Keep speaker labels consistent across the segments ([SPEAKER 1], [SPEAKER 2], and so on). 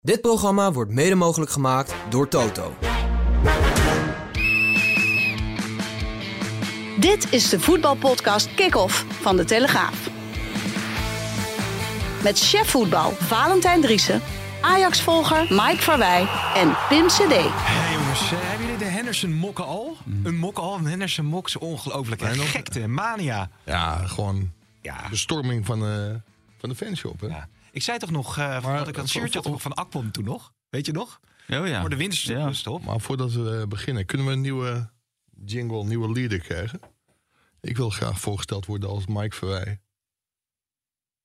[SPEAKER 1] Dit programma wordt mede mogelijk gemaakt door Toto.
[SPEAKER 2] Dit is de voetbalpodcast Kick-Off van De Telegraaf. Met chef voetbal Valentijn Driessen, Ajax-volger Mike Verwij en Pim CD.
[SPEAKER 3] Ja, jongens, eh, hebben jullie de Henderson mokken al? Een mok al, een Henderson mok is ongelooflijk. hè? Gekte, mania.
[SPEAKER 4] Ja, gewoon
[SPEAKER 3] Ja.
[SPEAKER 4] bestorming van de, van de fanshop. Hè?
[SPEAKER 3] ja. Ik zei toch nog, eh dat ik dat shirtje had van Akpom toen nog? Weet je nog?
[SPEAKER 5] Oh ja.
[SPEAKER 3] Voor de winterstop.
[SPEAKER 4] Maar voordat we eh, beginnen, kunnen we een nieuwe jingle, een nieuwe leader krijgen? Ik wil graag voorgesteld worden als Mike Verwij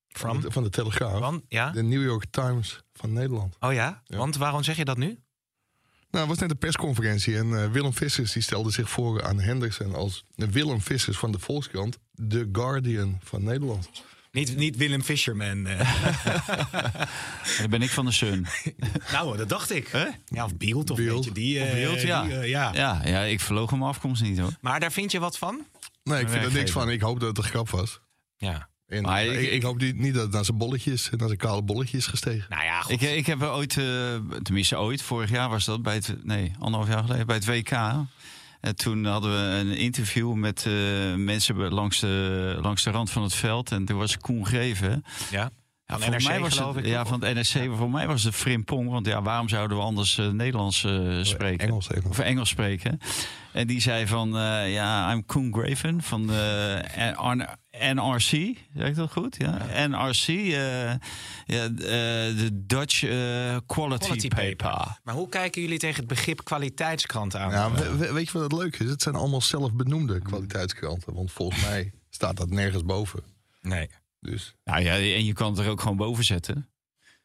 [SPEAKER 4] van
[SPEAKER 3] From?
[SPEAKER 4] de, van de Telegraaf.
[SPEAKER 3] Want, ja?
[SPEAKER 4] De New York Times van Nederland.
[SPEAKER 3] Oh ja? Want waarom zeg je dat nu?
[SPEAKER 4] Nou, het was net een persconferentie en eh, Willem Vissers die stelde zich voor aan Henderson als Willem Vissers van de Volkskrant, de Guardian van Nederland.
[SPEAKER 3] Niet, niet Willem eh. Fisherman.
[SPEAKER 5] En dan ben ik van de Sun.
[SPEAKER 3] nou, dat dacht ik. Ja, of Beeld of
[SPEAKER 4] Beeld.
[SPEAKER 3] weet je, die. eh,
[SPEAKER 5] Beeld,
[SPEAKER 3] die,
[SPEAKER 5] ja.
[SPEAKER 3] eh, ja.
[SPEAKER 5] ja. ja. ik verloog mijn afkomst niet hoor.
[SPEAKER 3] Maar daar vind je wat van?
[SPEAKER 4] Nee, ik vind er niks
[SPEAKER 5] werkgever.
[SPEAKER 4] van. Ik hoop dat het een grap was.
[SPEAKER 3] Ja.
[SPEAKER 4] En
[SPEAKER 5] Maar
[SPEAKER 4] ik,
[SPEAKER 5] ik-
[SPEAKER 4] ik,
[SPEAKER 5] ik-
[SPEAKER 4] hoop niet, niet dat het naar zijn bolletjes, naar zijn kale bolletjes is gestegen.
[SPEAKER 3] Nou ja, goed.
[SPEAKER 5] Ik, ik heb wel ooit, eh, tenminste ooit, vorig jaar was dat, bij het, nee, anderhalf jaar geleden, bij het WK. En toen hadden we een interview met eh, mensen be- langs de, langs de rand van het veld. En toen was Koen Greven.
[SPEAKER 3] ja.
[SPEAKER 5] Ja,
[SPEAKER 3] Van NRC
[SPEAKER 5] mij was
[SPEAKER 3] geloof
[SPEAKER 5] het,
[SPEAKER 3] ik,
[SPEAKER 5] Ja,
[SPEAKER 3] toch?
[SPEAKER 5] van het NRC. Voor mij was het Frimpong. Want ja, waarom zouden we anders eh, Nederlands eh, spreken?
[SPEAKER 4] Engels even.
[SPEAKER 5] Of Engels spreken. En die zei van, eh, ja, I'm Koen Graven van eh, de NRC. Zeg ik dat goed? Ja. NRC, eh, ja, d- eh, de Dutch eh, Quality, paper.
[SPEAKER 3] Maar hoe kijken jullie tegen het begrip kwaliteitskrant aan?
[SPEAKER 4] Ja, we- we- weet je wat het leuk is? Het zijn allemaal zelfbenoemde kwaliteitskranten. Want volgens mij staat dat nergens boven.
[SPEAKER 3] nee.
[SPEAKER 4] Dus
[SPEAKER 5] Nou ja, en je kan het er ook gewoon boven zetten.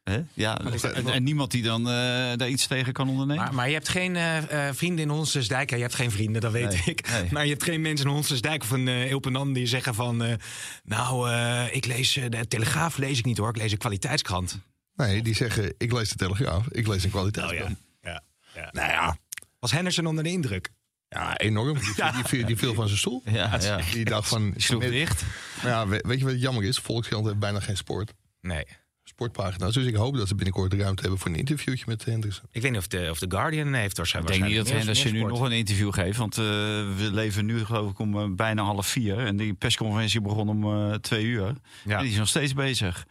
[SPEAKER 5] Hè? Ja, en, en niemand die dan eh, daar iets tegen kan ondernemen.
[SPEAKER 3] Maar, maar je hebt geen eh, eh, vrienden in Honsensdijk. Ja, je hebt geen vrienden, dat weet
[SPEAKER 5] Nee,
[SPEAKER 3] ik.
[SPEAKER 5] nee.
[SPEAKER 3] Maar je hebt geen mensen in Honsensdijk of een uh, die zeggen van... eh, nou, eh, ik lees eh, de Telegraaf lees ik niet hoor. Ik lees een kwaliteitskrant.
[SPEAKER 4] nee, die zeggen: ik lees de Telegraaf, ik lees een
[SPEAKER 5] Oh,
[SPEAKER 4] kwaliteitskrant.
[SPEAKER 3] ja. ja.
[SPEAKER 4] Nou ja,
[SPEAKER 3] Was Henderson onder de indruk?
[SPEAKER 4] ja enorm. Die, viel- die, viel, die viel van zijn stoel.
[SPEAKER 5] Nou ja, ja.
[SPEAKER 4] Die dacht van.
[SPEAKER 5] Sloeg
[SPEAKER 4] met-
[SPEAKER 5] dicht.
[SPEAKER 4] Nou ja, we- weet je wat het jammer is? Volkskrant heeft bijna geen sport,
[SPEAKER 3] Nee.
[SPEAKER 4] sportpagina's. Dus ik hoop dat ze binnenkort de ruimte hebben voor een interviewtje met Henderson.
[SPEAKER 3] Ik weet niet of de, of de Guardian heeft
[SPEAKER 5] Ik
[SPEAKER 3] waarschijnlijk...
[SPEAKER 5] denk niet dat
[SPEAKER 3] waarschijnlijk
[SPEAKER 5] Henderson
[SPEAKER 3] meer-
[SPEAKER 5] nu
[SPEAKER 3] meer
[SPEAKER 5] nog
[SPEAKER 3] sport.
[SPEAKER 5] een interview geeft. Want eh, we leven nu geloof ik om eh, bijna half vier. En die persconferentie begon om eh, twee uur.
[SPEAKER 3] Ja.
[SPEAKER 5] En die is nog steeds bezig.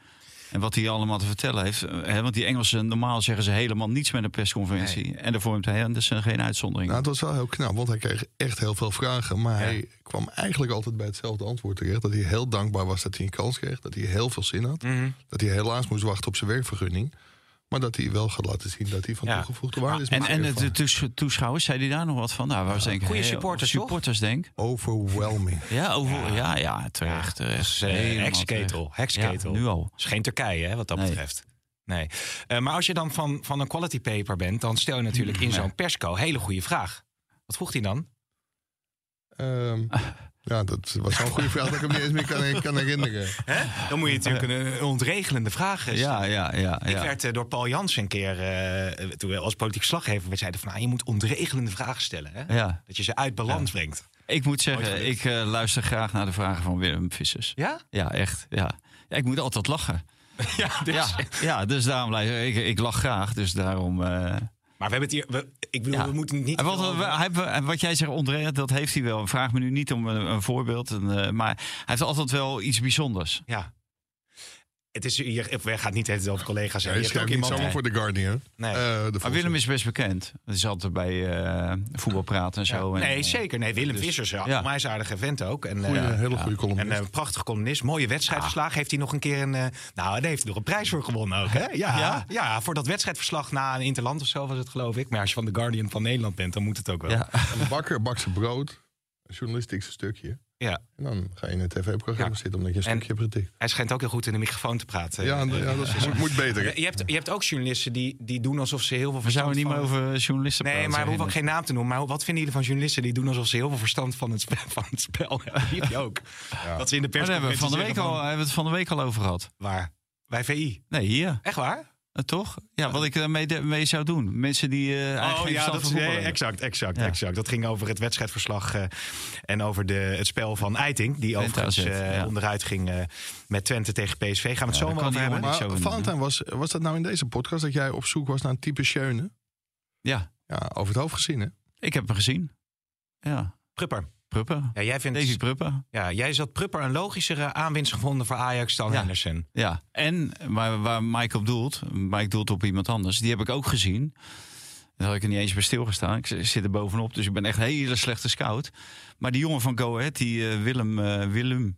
[SPEAKER 5] En wat hij allemaal te vertellen heeft. eh, hè, want die Engelsen, normaal zeggen ze helemaal niets met een persconferentie. En daar vormt Henderson geen uitzondering.
[SPEAKER 4] Nou, het was wel heel knap, want hij kreeg echt heel veel vragen. Maar hij kwam eigenlijk altijd bij hetzelfde antwoord terecht. Dat hij heel dankbaar was dat hij een kans kreeg. Dat hij heel veel zin had.
[SPEAKER 3] Mhm.
[SPEAKER 4] Dat hij helaas moest wachten op zijn werkvergunning. Maar dat hij wel gaat laten zien dat hij van
[SPEAKER 3] Ja.
[SPEAKER 4] toegevoegde waarde is.
[SPEAKER 5] en
[SPEAKER 4] Maar
[SPEAKER 5] en de,
[SPEAKER 4] ervan-
[SPEAKER 5] de toes- toeschouwers, zei hij daar nog wat van? Nou, waar denk ik,
[SPEAKER 3] goeie
[SPEAKER 5] hè,
[SPEAKER 3] supporters, toch?
[SPEAKER 5] supporters denk.
[SPEAKER 4] Overwhelming.
[SPEAKER 5] Ja, over, ja. ja, terecht. terecht
[SPEAKER 3] Eh,
[SPEAKER 5] Helemaal
[SPEAKER 3] Hexketel.
[SPEAKER 5] terecht.
[SPEAKER 3] Hexketel.
[SPEAKER 5] Ja, nu al.
[SPEAKER 3] is geen Turkije, hè, wat dat
[SPEAKER 5] Nee.
[SPEAKER 3] betreft. Nee. Eh, maar als je dan van, van een quality paper bent... dan stel je natuurlijk in zo'n persco hele goede vraag. Wat vroeg hij dan?
[SPEAKER 4] Ehm, ja, dat was zo'n goede vraag dat ik hem niet eens meer kan, kan herinneren.
[SPEAKER 3] Dan moet je natuurlijk een, een ontregelende vraag stellen.
[SPEAKER 5] Ja, ja, ja.
[SPEAKER 3] Ik
[SPEAKER 5] ja.
[SPEAKER 3] werd eh, door Paul Jans een keer, eh, toen we als politiek slaggever, we zeiden van nou, je moet ontregelende vragen stellen. Hè?
[SPEAKER 5] ja.
[SPEAKER 3] Dat je ze uit balans brengt.
[SPEAKER 5] Ik moet
[SPEAKER 3] Nooit
[SPEAKER 5] zeggen,
[SPEAKER 3] gelukt.
[SPEAKER 5] ik eh, luister graag naar de vragen van Willem Vissers.
[SPEAKER 3] Ja?
[SPEAKER 5] Ja, echt. Ja. Ja, ik moet altijd lachen.
[SPEAKER 3] Ja, dus-
[SPEAKER 5] Ja, ja dus daarom blijf ik, ik lach graag. Dus daarom. eh,
[SPEAKER 3] Maar we hebben het hier, we, ik bedoel,
[SPEAKER 5] ja.
[SPEAKER 3] we moeten het niet.
[SPEAKER 5] En wat, hij- en wat jij zegt, ontrent, dat heeft hij wel. Vraag me nu niet om een, een voorbeeld. een, eh, maar hij heeft altijd wel iets bijzonders.
[SPEAKER 3] Ja. Het is, hier, we gaan het niet het over collega's
[SPEAKER 4] Ja,
[SPEAKER 3] hebben.
[SPEAKER 4] je
[SPEAKER 3] Je hebt ook
[SPEAKER 4] schrijft niet
[SPEAKER 3] iemand.
[SPEAKER 4] zomaar voor de Guardian.
[SPEAKER 3] Nee.
[SPEAKER 4] Eh, de
[SPEAKER 5] Maar
[SPEAKER 4] Volkskrant.
[SPEAKER 5] Willem is best bekend. Hij is altijd bij eh voetbal praten en zo. en,
[SPEAKER 3] Nee,
[SPEAKER 5] eh,
[SPEAKER 3] zeker. Nee, Willem Vissers, ja,
[SPEAKER 5] ja.
[SPEAKER 3] mij is een aardige vent ook. En,
[SPEAKER 4] Goeie,
[SPEAKER 3] eh,
[SPEAKER 4] hele goede column.
[SPEAKER 3] en een prachtige columnist, mooie wedstrijdverslag. Heeft hij nog een keer een. eh, nou, daar heeft hij nog een prijs voor gewonnen ook. Hè? Ja, ja?
[SPEAKER 5] Ja?
[SPEAKER 3] voor dat wedstrijdverslag na een Interland of zo was het, geloof ik. Maar als je van The Guardian van Nederland bent, dan moet het ook wel.
[SPEAKER 5] Ja.
[SPEAKER 4] Een bakker bakt zijn brood. Een journalistiek zijn stukje.
[SPEAKER 3] Ja.
[SPEAKER 4] En dan ga je in een tv-programma
[SPEAKER 3] Ja.
[SPEAKER 4] zitten omdat je een
[SPEAKER 3] En-
[SPEAKER 4] stukje hebt getikt.
[SPEAKER 3] Hij schijnt ook heel goed in de microfoon te praten. Eh,
[SPEAKER 4] Ja, en- ja, dat moet, moet beter.
[SPEAKER 3] Je, je hebt, je hebt ook journalisten die, die doen alsof ze heel veel
[SPEAKER 5] We
[SPEAKER 3] verstand
[SPEAKER 5] zouden niet meer
[SPEAKER 3] van-
[SPEAKER 5] over journalisten
[SPEAKER 3] Nee,
[SPEAKER 5] praten.
[SPEAKER 3] maar we hoeven ook geen naam te noemen. Maar wat vinden jullie van journalisten die doen alsof ze heel veel verstand van het, spe- van het spel hebben? Die heb je ook. Dat ze in de
[SPEAKER 5] Maar Oh, daar hebben we
[SPEAKER 3] persconferentie
[SPEAKER 5] van de week
[SPEAKER 3] zeggen
[SPEAKER 5] al, hebben we het van de week al over gehad.
[SPEAKER 3] Waar? Bij VI.
[SPEAKER 5] Nee, hier.
[SPEAKER 3] Echt waar?
[SPEAKER 5] Eh, toch? Ja, wat ik daarmee de- mee zou doen. Mensen die eh, eigenlijk
[SPEAKER 3] Oh ja,
[SPEAKER 5] geen verstand
[SPEAKER 3] dat,
[SPEAKER 5] van voetbal
[SPEAKER 3] nee,
[SPEAKER 5] hebben.
[SPEAKER 3] exact, exact,
[SPEAKER 5] Ja.
[SPEAKER 3] exact. Dat ging over het wedstrijdverslag eh, en over de, het spel van Eiting. Die
[SPEAKER 5] Twente
[SPEAKER 3] overigens
[SPEAKER 5] AZ,
[SPEAKER 3] eh,
[SPEAKER 5] ja.
[SPEAKER 3] onderuit ging eh, met Twente tegen PSV. Gaan we het
[SPEAKER 5] Ja,
[SPEAKER 3] zo
[SPEAKER 5] dat
[SPEAKER 3] maar
[SPEAKER 5] kan
[SPEAKER 3] over
[SPEAKER 5] die
[SPEAKER 3] hebben.
[SPEAKER 5] jongen
[SPEAKER 4] Maar
[SPEAKER 5] zo in-
[SPEAKER 4] Valentijn, was, was dat nou in deze podcast dat jij op zoek was naar een type Schöne?
[SPEAKER 5] Ja,
[SPEAKER 4] Ja, over het hoofd gezien, hè?
[SPEAKER 5] ik heb hem gezien. Ja,
[SPEAKER 3] Prupper,
[SPEAKER 5] Pruppen.
[SPEAKER 3] ja, jij,
[SPEAKER 5] Daisy
[SPEAKER 3] vindt,
[SPEAKER 5] Pruppen.
[SPEAKER 3] ja, jij zat Prupper een logischere aanwinst gevonden voor Ajax dan
[SPEAKER 5] Ja.
[SPEAKER 3] Henderson.
[SPEAKER 5] Ja, en waar, waar Mike op doelt, Mike doelt op iemand anders, die heb ik ook gezien. Daar had ik er niet eens bij stilgestaan. Ik z- zit er bovenop, dus ik ben echt een hele slechte scout. Maar die jongen van Go Ahead, die eh, Willem, eh, Willem,
[SPEAKER 4] Willem,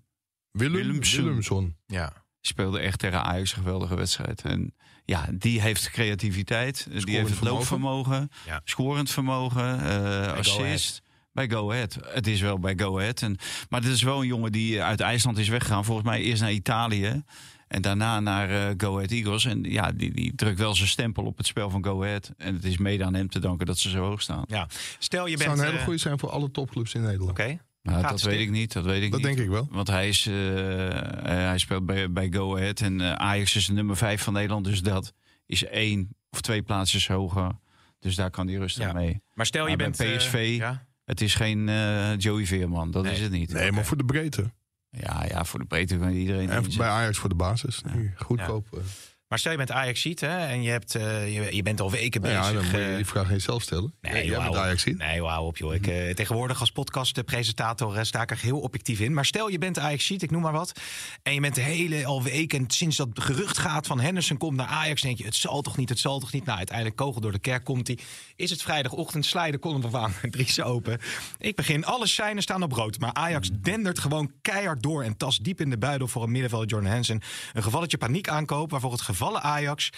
[SPEAKER 5] Willemsen.
[SPEAKER 4] Willemson.
[SPEAKER 3] Ja.
[SPEAKER 5] speelde echt tegen Ajax een geweldige wedstrijd. En ja, die heeft creativiteit, eh, die heeft het
[SPEAKER 4] vermogen.
[SPEAKER 5] loopvermogen,
[SPEAKER 3] Ja.
[SPEAKER 5] scorend vermogen, eh, assist. Bij Go Ahead. Het is wel bij Go Ahead. En, maar dit is wel een jongen die uit IJsland is weggegaan. Volgens mij eerst naar Italië. En daarna naar eh, Go Ahead Eagles. En ja, die, die drukt wel zijn stempel op het spel van Go Ahead. En het is mede aan hem te danken dat ze zo hoog staan.
[SPEAKER 3] ja. Stel je
[SPEAKER 4] Het zou
[SPEAKER 3] bent...
[SPEAKER 4] een hele
[SPEAKER 3] eh,
[SPEAKER 4] goede zijn voor alle topclubs in Nederland.
[SPEAKER 3] Oké.
[SPEAKER 5] Nou,
[SPEAKER 3] Gaat
[SPEAKER 5] dat
[SPEAKER 3] het
[SPEAKER 5] weet
[SPEAKER 3] in?
[SPEAKER 5] ik niet. Dat weet ik
[SPEAKER 4] Dat
[SPEAKER 5] niet.
[SPEAKER 4] denk ik wel.
[SPEAKER 5] Want hij, is, eh, eh, hij speelt bij, bij Go Ahead. En eh, Ajax is de nummer 5 van Nederland. Dus dat is één of twee plaatsjes hoger. Dus daar kan hij rustig
[SPEAKER 3] Ja.
[SPEAKER 5] mee.
[SPEAKER 3] Maar stel je
[SPEAKER 5] Maar bij
[SPEAKER 3] bent... eh,
[SPEAKER 5] PSV
[SPEAKER 3] ja?
[SPEAKER 5] Het is geen eh, Joey Veerman. Dat
[SPEAKER 3] Nee.
[SPEAKER 5] is het niet.
[SPEAKER 4] Nee, maar voor de breedte.
[SPEAKER 5] Ja, ja, voor de breedte kan iedereen.
[SPEAKER 4] En
[SPEAKER 5] inzetten.
[SPEAKER 4] bij Ajax voor de basis. Nee, Goedkoop. eh.
[SPEAKER 3] Maar stel je bent ajax hè en je, hebt, eh, je, je bent al weken
[SPEAKER 4] Nou ja, dan
[SPEAKER 3] bezig...
[SPEAKER 4] moet je
[SPEAKER 3] eh,
[SPEAKER 4] die vraag niet zelf stellen.
[SPEAKER 3] Nee,
[SPEAKER 4] jij
[SPEAKER 3] joh,
[SPEAKER 4] bent
[SPEAKER 3] hou op.
[SPEAKER 4] Ajax Mhm. zien.
[SPEAKER 3] Nee, joh, hou op joh. Ik, eh, tegenwoordig als podcastpresentator eh, sta ik er heel objectief in. Maar stel je bent ajax ik noem maar wat. En je bent de hele al week en sinds dat gerucht gaat van Henderson komt naar Ajax... denk je, het zal toch niet, het zal toch niet. Nou, uiteindelijk kogel door de kerk komt hij. Is het vrijdagochtend, sla je de column van Dries open. Ik begin, alle seinen staan op rood. Maar Ajax
[SPEAKER 4] Mhm.
[SPEAKER 3] dendert gewoon keihard door en tast diep in de buidel... voor een middenvelder Jordan Hansen. Een gevalletje paniek aankoop waarvoor het gevallen Ajax...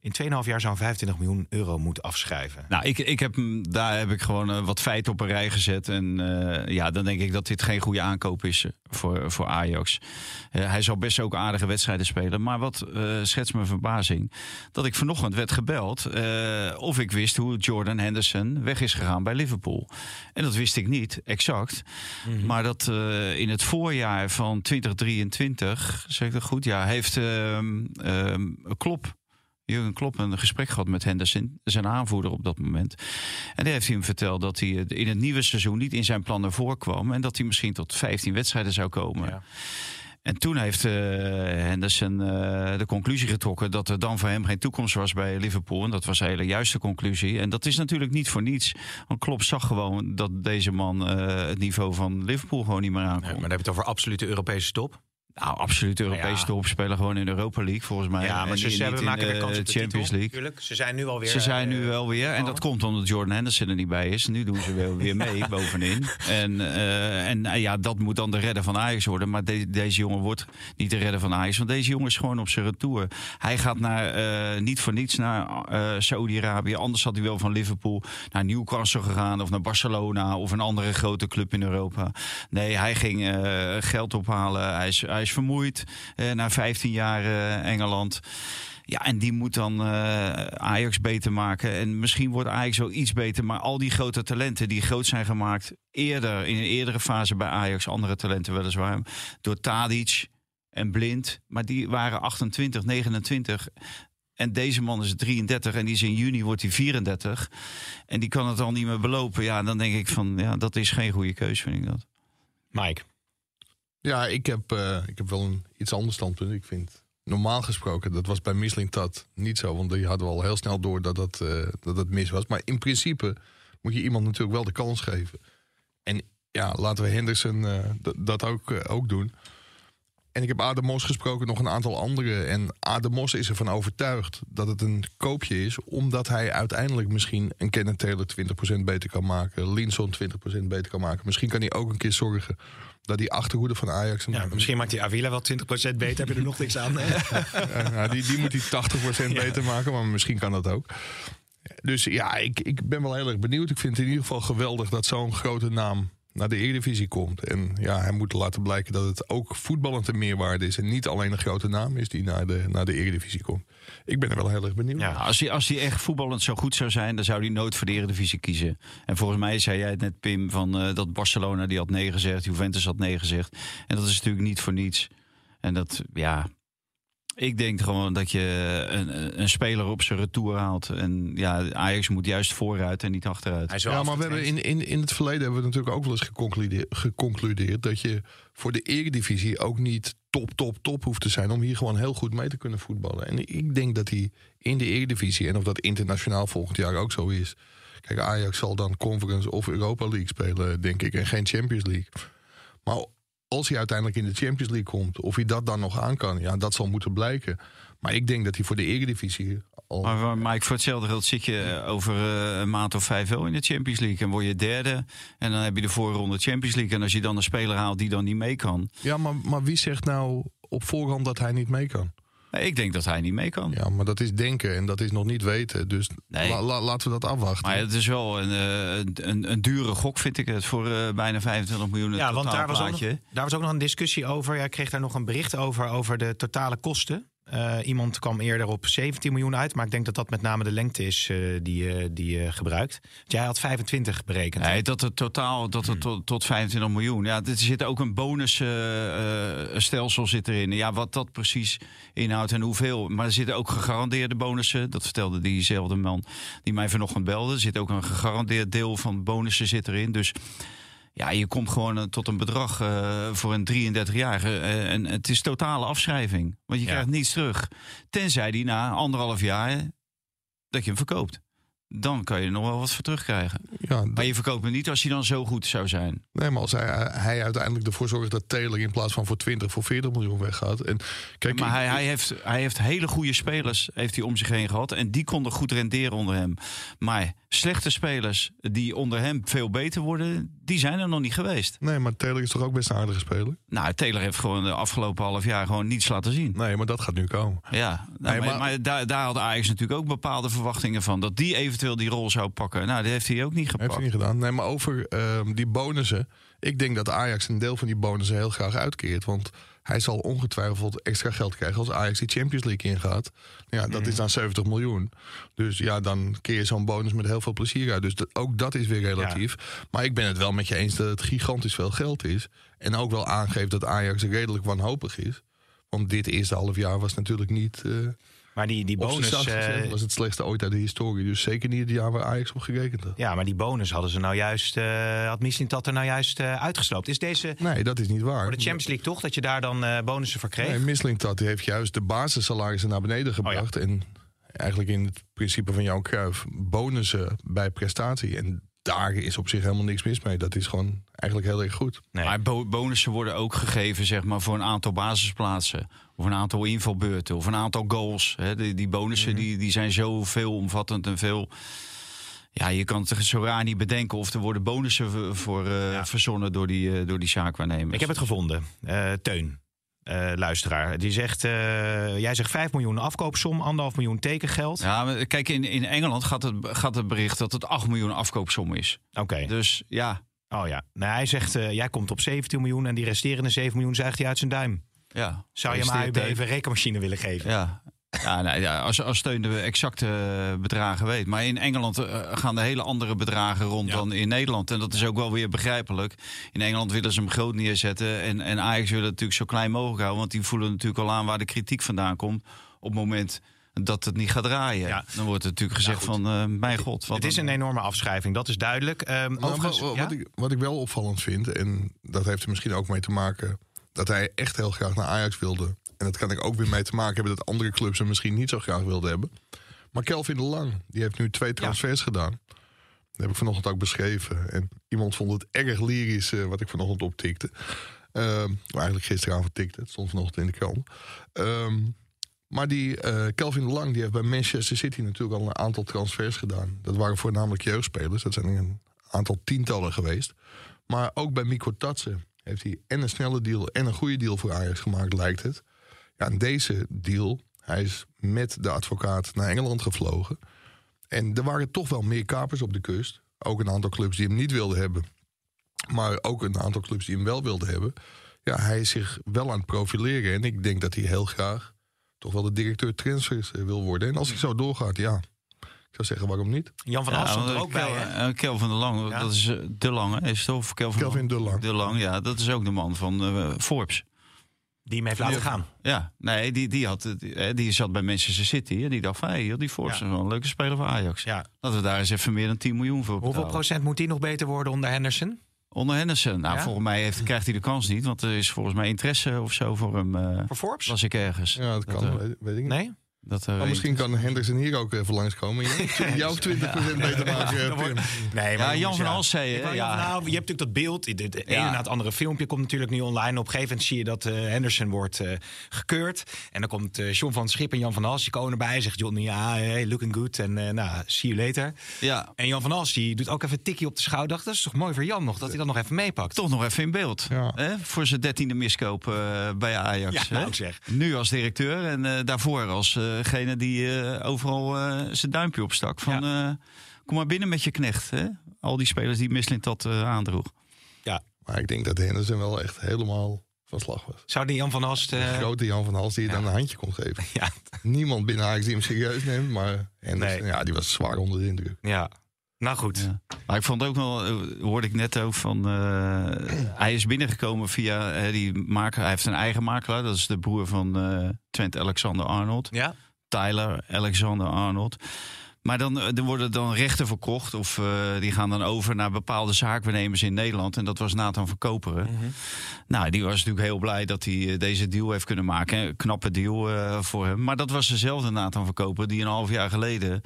[SPEAKER 3] in 2,5 jaar zo'n 25 miljoen euro moet afschrijven.
[SPEAKER 5] Nou, ik, ik heb, hem- daar heb ik gewoon eh, wat feiten op een rij gezet. En eh, ja, dan denk ik dat dit geen goede aankoop is eh, voor, voor Ajax. Eh, hij zal best ook aardige wedstrijden spelen. Maar wat eh schetst mijn verbazing? Dat ik vanochtend werd gebeld eh, of ik wist hoe Jordan Henderson weg is gegaan bij Liverpool. En dat wist ik niet exact. Maar dat eh, in het voorjaar van 2023, zeg ik dat goed? Ja, heeft ehm ehm, Klopp Jurgen Klopp een gesprek gehad met Henderson, zijn aanvoerder op dat moment. En die heeft hij hem verteld dat hij het in het nieuwe seizoen niet in zijn plannen voorkwam. En dat hij misschien tot 15 wedstrijden zou komen.
[SPEAKER 3] Ja.
[SPEAKER 5] En toen heeft eh, Henderson eh, de conclusie getrokken dat er dan voor hem geen toekomst was bij Liverpool. En dat was een hele juiste conclusie. En dat is natuurlijk niet voor niets. Want Klopp zag gewoon dat deze man eh, het niveau van Liverpool gewoon niet meer aankomt.
[SPEAKER 3] Nee, maar dan heb je het over absolute Europese top.
[SPEAKER 5] Nou, absoluut Europese
[SPEAKER 3] Ja.
[SPEAKER 5] topspeler gewoon in de Europa League volgens mij.
[SPEAKER 3] ja,
[SPEAKER 5] En
[SPEAKER 3] maar ze,
[SPEAKER 5] niet-
[SPEAKER 3] ze hebben,
[SPEAKER 5] niet in eh,
[SPEAKER 3] maken de kans op de
[SPEAKER 5] Champions
[SPEAKER 3] titel,
[SPEAKER 5] League.
[SPEAKER 3] natuurlijk. Ze zijn nu alweer...
[SPEAKER 5] Ze zijn nu
[SPEAKER 3] eh,
[SPEAKER 5] wel weer. En dat komt omdat Jordan Henderson er niet bij is. Nu doen ze wel weer mee bovenin. En, eh, en nou ja, dat moet dan de redder van Ajax worden. Maar de- deze jongen wordt niet de redder van Ajax. Want deze jongen is gewoon op zijn retour. Hij gaat naar, eh, niet voor niets naar eh Saudi-Arabië. Anders had hij wel van Liverpool naar Newcastle gegaan. Of naar Barcelona. Of een andere grote club in Europa. Nee, hij ging eh, geld ophalen. Hij is, hij is vermoeid eh, na 15 jaar eh, Engeland. Ja, en die moet dan eh, Ajax beter maken. En misschien wordt Ajax wel iets beter. Maar al die grote talenten die groot zijn gemaakt eerder, in een eerdere fase bij Ajax, andere talenten weliswaar, door Tadic en Blind. Maar die waren 28, 29. En deze man is 33 en die is in juni wordt hij 34. En die kan het al niet meer belopen. Ja, dan denk ik van, ja, dat is geen goede keuze, vind ik dat.
[SPEAKER 3] Mike.
[SPEAKER 4] Ja, ik heb, eh, ik heb wel een iets ander standpunt. Ik vind normaal gesproken, dat was bij Mislintat niet zo. Want die hadden we al heel snel door dat dat, eh, dat dat mis was. Maar in principe moet je iemand natuurlijk wel de kans geven. En ja, laten we Henderson eh, d- dat ook, eh, ook doen. En ik heb Ademos gesproken, nog een aantal anderen. En Ademos is ervan overtuigd dat het een koopje is... omdat hij uiteindelijk misschien een Kenneth Taylor 20% beter kan maken... Linson 20% beter kan maken. Misschien kan hij ook een keer zorgen dat die achterhoede van Ajax... een-
[SPEAKER 3] Ja, misschien maakt die Avila wel 20% beter. Heb je er nog niks aan?
[SPEAKER 4] ja, Nou, die, die moet die 80% beter maken, maar misschien kan dat ook. Dus ja, ik, ik ben wel heel erg benieuwd. Ik vind het in ieder geval geweldig dat zo'n grote naam naar de Eredivisie komt. En ja, hij moet laten blijken dat het ook voetballend een meerwaarde is. En niet alleen een grote naam is die naar de, naar de Eredivisie komt. Ik ben er wel heel erg benieuwd.
[SPEAKER 3] Ja.
[SPEAKER 4] naar.
[SPEAKER 5] Nou, als, hij, als hij echt voetballend zo goed zou zijn, dan zou hij nooit voor de Eredivisie kiezen. En volgens mij zei jij het net, Pim, van, eh, dat Barcelona die had nee gezegd, Juventus had nee gezegd. En dat is natuurlijk niet voor niets. En dat, ja, Ik denk gewoon dat je een, een speler op zijn retour haalt. En ja, Ajax moet juist vooruit en niet achteruit.
[SPEAKER 3] Hij is wel
[SPEAKER 4] Ja, maar we hebben
[SPEAKER 3] afgetraind.
[SPEAKER 4] in, in, in het verleden hebben we natuurlijk ook wel eens geconcludeer- geconcludeerd dat je voor de eredivisie ook niet top, top, top hoeft te zijn om hier gewoon heel goed mee te kunnen voetballen. En ik denk dat hij in de eredivisie, en of dat internationaal volgend jaar ook zo is. Kijk, Ajax zal dan Conference of Europa League spelen, denk ik, en geen Champions League. Maar als hij uiteindelijk in de Champions League komt, of hij dat dan nog aan kan, ja, dat zal moeten blijken. Maar ik denk dat hij voor de eredivisie al
[SPEAKER 5] Maar, waar- Mike, voor hetzelfde geld zit je eh, over eh, een maand of vijf wel in de Champions League. En word je derde. En dan heb je de voorronde Champions League. En als je dan een speler haalt die dan niet mee kan.
[SPEAKER 4] Ja, maar, maar wie zegt nou op voorhand dat hij niet mee kan?
[SPEAKER 5] eh, Ik denk dat hij niet mee kan.
[SPEAKER 4] Ja, maar dat is denken en dat is nog niet weten. Dus
[SPEAKER 5] Nee.
[SPEAKER 4] la- la- laten we dat afwachten.
[SPEAKER 5] Maar het is wel een, eh, een, een, een dure gok, vind ik het. Voor eh, bijna 25 miljoen.
[SPEAKER 3] Ja, want daar was, ook nog,
[SPEAKER 5] je.
[SPEAKER 3] daar was ook nog een discussie over. Jij kreeg daar nog een bericht over, over de totale kosten. Eh, iemand kwam eerder op 17 miljoen uit. Maar ik denk dat dat met name de lengte is eh, die, je- die je gebruikt. Want jij had 25 berekend.
[SPEAKER 5] Nee, dat het totaal dat het tot, tot 25 miljoen. Ja, er zit ook een eh, bonusstelsel zit erin. Ja, wat dat precies inhoudt en hoeveel. Maar er zitten ook gegarandeerde bonussen. Dat vertelde diezelfde man die mij vanochtend belde. Er zit ook een gegarandeerd deel van bonussen zit erin. Dus ja, je komt gewoon eh, tot een bedrag eh, voor een 33-jarige. eh, en het is totale afschrijving. Want je
[SPEAKER 3] Ja.
[SPEAKER 5] krijgt niets terug. Tenzij die na anderhalf jaar dat je hem verkoopt. Dan kan je er nog wel wat voor terugkrijgen.
[SPEAKER 4] ja, d-
[SPEAKER 5] Maar je verkoopt hem niet als hij dan zo goed zou zijn.
[SPEAKER 4] nee, maar als hij, hij uiteindelijk ervoor zorgt dat Taylor in plaats van voor 20 voor 40 miljoen weggaat. En kijk,
[SPEAKER 5] Maar
[SPEAKER 4] ik-
[SPEAKER 5] hij, hij, heeft, hij heeft hele goede spelers heeft hij om zich heen gehad. En die konden goed renderen onder hem. Maar slechte spelers die onder hem veel beter worden, die zijn er nog niet geweest.
[SPEAKER 4] nee, maar Taylor is toch ook best een aardige speler?
[SPEAKER 5] Nou, Taylor heeft gewoon de afgelopen half jaar gewoon niets laten zien.
[SPEAKER 4] Nee, maar dat gaat nu komen.
[SPEAKER 5] Ja, nou,
[SPEAKER 4] Nee,
[SPEAKER 5] maar,
[SPEAKER 4] maar-
[SPEAKER 5] maar daar, daar had Ajax natuurlijk ook bepaalde verwachtingen van. Dat die eventueel die rol zou pakken. Nou, die heeft hij ook niet
[SPEAKER 4] Heeft
[SPEAKER 5] gepakt.
[SPEAKER 4] hij niet gedaan. Nee, maar over ehm, die bonussen. Ik denk dat Ajax een deel van die bonussen heel graag uitkeert. Want hij zal ongetwijfeld extra geld krijgen als Ajax die Champions League ingaat. Ja, dat
[SPEAKER 3] Mhm.
[SPEAKER 4] is dan 70 miljoen. Dus ja, dan keer je zo'n bonus met heel veel plezier uit. Dus dat- ook dat is weer relatief. Maar ik ben het wel met je eens dat het gigantisch veel geld is. En ook wel aangeeft dat Ajax redelijk wanhopig is. Want dit eerste half jaar was natuurlijk niet... eh
[SPEAKER 3] Maar die, die
[SPEAKER 4] op zijn
[SPEAKER 3] bonus.
[SPEAKER 4] zachtst gezegd,
[SPEAKER 3] eh,
[SPEAKER 4] was het slechtste ooit uit de historie. Dus zeker niet het jaar waar Ajax op gerekend had.
[SPEAKER 3] ja, maar die bonus hadden ze nou juist. eh had Mislintat er nou juist eh, uitgesloopt? Is deze.
[SPEAKER 4] Nee, dat is niet waar.
[SPEAKER 3] Voor de Champions League toch? Dat je daar dan eh, bonussen voor kreeg?
[SPEAKER 4] Nee, Mislintat die heeft juist de basissalarissen naar
[SPEAKER 3] Oh
[SPEAKER 4] beneden gebracht. En eigenlijk in het principe van Jan Cruijff bonussen bij prestatie. En daar is op zich helemaal niks mis mee. Dat is gewoon eigenlijk heel erg goed.
[SPEAKER 3] Nee.
[SPEAKER 5] Maar bo- bonussen worden ook gegeven zeg maar, voor een aantal basisplaatsen. Of een aantal invalbeurten. Of een aantal goals. Hè. Die, die bonussen
[SPEAKER 3] Mhm.
[SPEAKER 5] die, die zijn zo veelomvattend en veel... Ja, je kan het zo raar niet bedenken of er worden bonussen v- voor, eh,
[SPEAKER 3] Ja.
[SPEAKER 5] verzonnen door die, eh, door die zaakwaarnemers.
[SPEAKER 3] Ik heb het gevonden. Eh, Teun, eh, luisteraar. Die zegt, eh, jij zegt 5 miljoen afkoopsom, 1,5 miljoen tekengeld.
[SPEAKER 5] Ja, maar kijk, in, in Engeland gaat het, gaat het bericht dat het 8 miljoen afkoopsom is.
[SPEAKER 3] Oké,
[SPEAKER 5] Dus ja,
[SPEAKER 3] oh ja. Nou, hij zegt, eh, jij komt op 17 miljoen en die resterende 7 miljoen zuigt hij uit zijn duim.
[SPEAKER 5] ja.
[SPEAKER 3] Zou je hem AUB
[SPEAKER 5] Gefeliciteerd,
[SPEAKER 3] even een rekenmachine willen geven?
[SPEAKER 5] Ja. Ja, nou, ja, als, als steun de exacte bedragen weet. Maar in Engeland eh, gaan er hele andere bedragen rond
[SPEAKER 3] Ja.
[SPEAKER 5] dan in Nederland. En dat is ook wel weer begrijpelijk. In Engeland willen ze hem groot neerzetten. En, en Ajax wil het natuurlijk zo klein mogelijk houden. Want die voelen natuurlijk al aan waar de kritiek vandaan komt. Op het moment dat het niet gaat draaien.
[SPEAKER 3] Ja.
[SPEAKER 5] Dan wordt er natuurlijk gezegd van, eh, mijn god. Wat
[SPEAKER 3] Het is
[SPEAKER 5] een-
[SPEAKER 3] een enorme afschrijving, dat is duidelijk. Ehm,
[SPEAKER 4] Nou,
[SPEAKER 3] overigens,
[SPEAKER 4] wa- wa-
[SPEAKER 3] ja?
[SPEAKER 4] wat, ik, wat ik wel opvallend vind, en dat heeft er misschien ook mee te maken... dat hij echt heel graag naar Ajax wilde. En dat kan ik ook weer mee te maken hebben... dat andere clubs hem misschien niet zo graag wilden hebben. Maar Kelvin de Lang, die heeft nu twee transfers gedaan. Dat heb ik vanochtend ook beschreven. En iemand vond het erg lyrisch eh, wat ik vanochtend optikte. Ehm, maar eigenlijk gisteravond tikte, het stond vanochtend in de krant. Ehm, maar die eh Kelvin de Lang die heeft bij Manchester City natuurlijk al een aantal transfers gedaan. Dat waren voornamelijk jeugdspelers. Dat zijn er een aantal tientallen geweest. Maar ook bij Mikko Tatsen heeft hij en een snelle deal en een goede deal voor Ajax gemaakt, lijkt het. Ja, en deze deal, hij is met de advocaat naar Engeland gevlogen. En er waren toch wel meer kapers op de kust. Ook een aantal clubs die hem niet wilden hebben. Maar ook een aantal clubs die hem wel wilden hebben. Ja, hij is zich wel aan het profileren. En ik denk dat hij heel graag toch wel de directeur transfers eh, wil worden. En als hij zo doorgaat, ja. Ik zou zeggen, waarom niet?
[SPEAKER 3] Jan van
[SPEAKER 5] Ja,
[SPEAKER 3] As stond er
[SPEAKER 5] want
[SPEAKER 3] ook
[SPEAKER 5] Kel-
[SPEAKER 3] bij, hè?
[SPEAKER 5] eh, Kelvin de Lang,
[SPEAKER 3] Ja.
[SPEAKER 5] dat is eh, de Lange, is het of Kelvin,
[SPEAKER 4] Kelvin de Lang.
[SPEAKER 5] de Lang, ja, dat is ook de man van eh, Forbes.
[SPEAKER 3] Die hem heeft laten gaan.
[SPEAKER 5] Ja, nee, die, die, had, die, eh, die zat bij Manchester City en die dacht van... hé, joh, die Forbes
[SPEAKER 3] Ja.
[SPEAKER 5] is wel een leuke speler voor Ajax.
[SPEAKER 3] Ja.
[SPEAKER 5] Dat we daar eens even meer dan 10 miljoen voor
[SPEAKER 3] Hoeveel
[SPEAKER 5] betalen.
[SPEAKER 3] procent moet die nog beter worden onder Henderson?
[SPEAKER 5] Onder Henderson. Nou,
[SPEAKER 3] Ja?
[SPEAKER 5] volgens mij heeft, krijgt hij de kans niet. Want er is volgens mij interesse of zo voor hem. eh
[SPEAKER 3] Voor Forbes?
[SPEAKER 5] las ik ergens.
[SPEAKER 4] Ja, dat kan,
[SPEAKER 5] eh,
[SPEAKER 4] weet, weet ik niet.
[SPEAKER 3] Nee?
[SPEAKER 5] Dat er
[SPEAKER 4] Maar misschien kan Henderson hier ook even langskomen. en Jouw 20% beter maken,
[SPEAKER 3] Dan
[SPEAKER 4] eh, Pim.
[SPEAKER 3] wordt- Nee,
[SPEAKER 5] Ja, Jan
[SPEAKER 3] jongens,
[SPEAKER 5] van Als zei,
[SPEAKER 3] Ik
[SPEAKER 5] hè,
[SPEAKER 3] wou
[SPEAKER 5] ja.
[SPEAKER 3] Jan van Al- je hebt natuurlijk dat beeld. Het het ene
[SPEAKER 5] Ja.
[SPEAKER 3] na het andere filmpje komt natuurlijk nu online. Op een gegeven moment zie je dat eh, Henderson wordt eh, gekeurd. En dan komt eh John van Schip en Jan van Als. Die komen erbij en zegt John, ja, hey, looking good. En eh, nou, see you later.
[SPEAKER 5] Ja,
[SPEAKER 3] En Jan van Als die doet ook even een tikje op de schouder. Dacht, Dat is toch mooi voor Jan nog, dat hij dat nog even meepakt.
[SPEAKER 5] toch nog even in beeld.
[SPEAKER 4] Ja.
[SPEAKER 5] Hè? Voor zijn dertiende miskoop eh, bij Ajax.
[SPEAKER 3] Ja,
[SPEAKER 5] hè?
[SPEAKER 3] ook zeg.
[SPEAKER 5] Nu als directeur en eh, daarvoor als degene die eh, overal eh, zijn duimpje opstak. Van eh, kom maar binnen met je knecht. Hè? Al die spelers die Mislint dat eh, aandroeg.
[SPEAKER 3] Ja.
[SPEAKER 4] Maar ik denk dat Henderson wel echt helemaal van slag was.
[SPEAKER 3] Zou die Jan van Als...
[SPEAKER 4] De
[SPEAKER 3] eh,
[SPEAKER 4] grote Jan van Hals die het aan een handje kon geven.
[SPEAKER 3] ja,
[SPEAKER 4] Niemand binnen Ajax die hem serieus neemt, maar Henderson,
[SPEAKER 3] Nee.
[SPEAKER 4] ja, die was zwaar onder de indruk.
[SPEAKER 3] ja, nou goed.
[SPEAKER 5] Ja. Maar ik vond het ook wel, eh, hoorde ik net ook van. eh, hij is binnengekomen via eh, die maker. Hij heeft een eigen makelaar. Dat is de broer van eh, Trent Alexander Arnold.
[SPEAKER 3] Ja?
[SPEAKER 5] Tyler Alexander Arnold. Maar dan, eh, er worden dan rechten verkocht. Of eh, die gaan dan over naar bepaalde zaakbenemers in Nederland. En dat was Nathan van Koperen. Nou, die was natuurlijk heel blij dat hij eh, deze deal heeft kunnen maken. Een knappe deal eh, voor hem. Maar dat was dezelfde Nathan van Koperen die een half jaar geleden.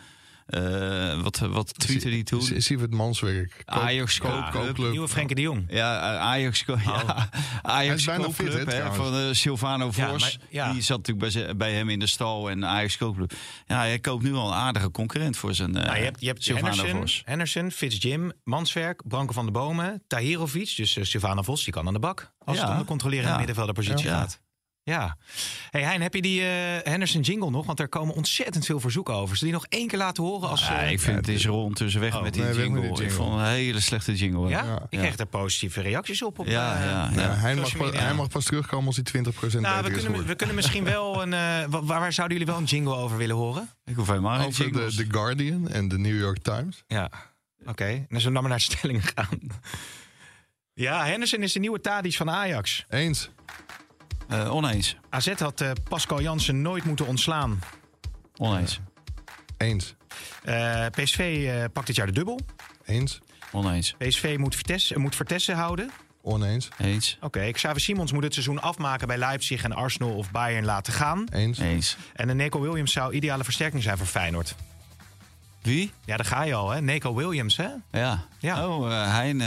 [SPEAKER 5] eh, wat, wat tweette hij toen?
[SPEAKER 4] Zie- zie- Zie we het manswerk. Koop-
[SPEAKER 5] Ajax
[SPEAKER 4] koop-
[SPEAKER 5] Koopclub.
[SPEAKER 4] koopclub.
[SPEAKER 3] Nieuwe Frenkie de Jong.
[SPEAKER 5] Ja, eh, Ajax. ko- Ja,
[SPEAKER 4] Hij
[SPEAKER 5] Ajax
[SPEAKER 4] is bijna
[SPEAKER 5] koopclub,
[SPEAKER 4] fit, hè,
[SPEAKER 5] hè,
[SPEAKER 4] trouwens.
[SPEAKER 5] van eh, Silvano
[SPEAKER 3] Ja,
[SPEAKER 5] Vos.
[SPEAKER 3] maar- ja.
[SPEAKER 5] Die zat natuurlijk bij, ze- bij hem in de stal en Ajax koopclub. Ja, hij koopt nu al een aardige concurrent voor zijn eh
[SPEAKER 3] Nou, je hebt, je hebt
[SPEAKER 5] Silvano
[SPEAKER 3] Henderson,
[SPEAKER 5] Vos.
[SPEAKER 3] Henderson, Fitzjim, Manswerk, Branko van de Bomen, Tahirovic. Dus eh, Silvana Vos, die kan aan de bak. Als
[SPEAKER 5] Ja.
[SPEAKER 3] het om de controlerende
[SPEAKER 5] Ja.
[SPEAKER 3] middenvelderpositie
[SPEAKER 5] Ja.
[SPEAKER 3] gaat. Ja. Hey Hein, heb je die eh, Henderson jingle nog? Want er komen ontzettend veel verzoeken over. Zullen die nog één keer laten horen? Als,
[SPEAKER 5] Ja,
[SPEAKER 3] eh,
[SPEAKER 5] ik vind het is rond tussen weg
[SPEAKER 3] Oh,
[SPEAKER 5] met die
[SPEAKER 4] nee, weg met
[SPEAKER 5] jingle.
[SPEAKER 4] die
[SPEAKER 5] Ik
[SPEAKER 4] jingle.
[SPEAKER 5] vond het een hele slechte jingle.
[SPEAKER 3] ja?
[SPEAKER 4] ja.
[SPEAKER 3] Ik krijg daar positieve reacties op. op
[SPEAKER 5] Ja,
[SPEAKER 3] eh,
[SPEAKER 5] ja,
[SPEAKER 4] Ja,
[SPEAKER 5] ja.
[SPEAKER 4] hij,
[SPEAKER 3] Social
[SPEAKER 4] mag, pa-
[SPEAKER 3] media.
[SPEAKER 4] hij mag pas terugkomen als hij 20%
[SPEAKER 3] Nou, we
[SPEAKER 4] beter is
[SPEAKER 3] kunnen, we
[SPEAKER 4] geworden.
[SPEAKER 3] kunnen misschien wel een... eh, wa- waar, waar zouden jullie wel een jingle over willen horen?
[SPEAKER 5] Ik hoef helemaal geen
[SPEAKER 4] Over de,
[SPEAKER 5] jingles.
[SPEAKER 4] The Guardian en de New York Times.
[SPEAKER 3] Ja, oké. En dan zullen we dan maar naar de stelling gaan. Ja, Henderson is de nieuwe Tadic van Ajax.
[SPEAKER 4] Eens.
[SPEAKER 5] Eh, oneens.
[SPEAKER 3] AZ had eh, Pascal Jansen nooit moeten ontslaan.
[SPEAKER 5] Oneens.
[SPEAKER 4] Eens.
[SPEAKER 3] Eh, PSV eh, pakt dit jaar de dubbel.
[SPEAKER 4] Eens.
[SPEAKER 5] Oneens.
[SPEAKER 3] PSV moet, Vitesse, eh, moet Vertessen houden.
[SPEAKER 4] Oneens.
[SPEAKER 5] Eens.
[SPEAKER 3] Oké, Xavi Simons moet het seizoen afmaken bij Leipzig en Arsenal of Bayern laten gaan.
[SPEAKER 4] Eens.
[SPEAKER 5] Eens.
[SPEAKER 3] En een Nico Williams zou ideale versterking zijn voor Feyenoord.
[SPEAKER 5] Wie?
[SPEAKER 3] Ja, daar ga je al, hè? Nico Williams, hè?
[SPEAKER 5] Ja.
[SPEAKER 3] Ja.
[SPEAKER 5] Oh, eh, Hein. eh,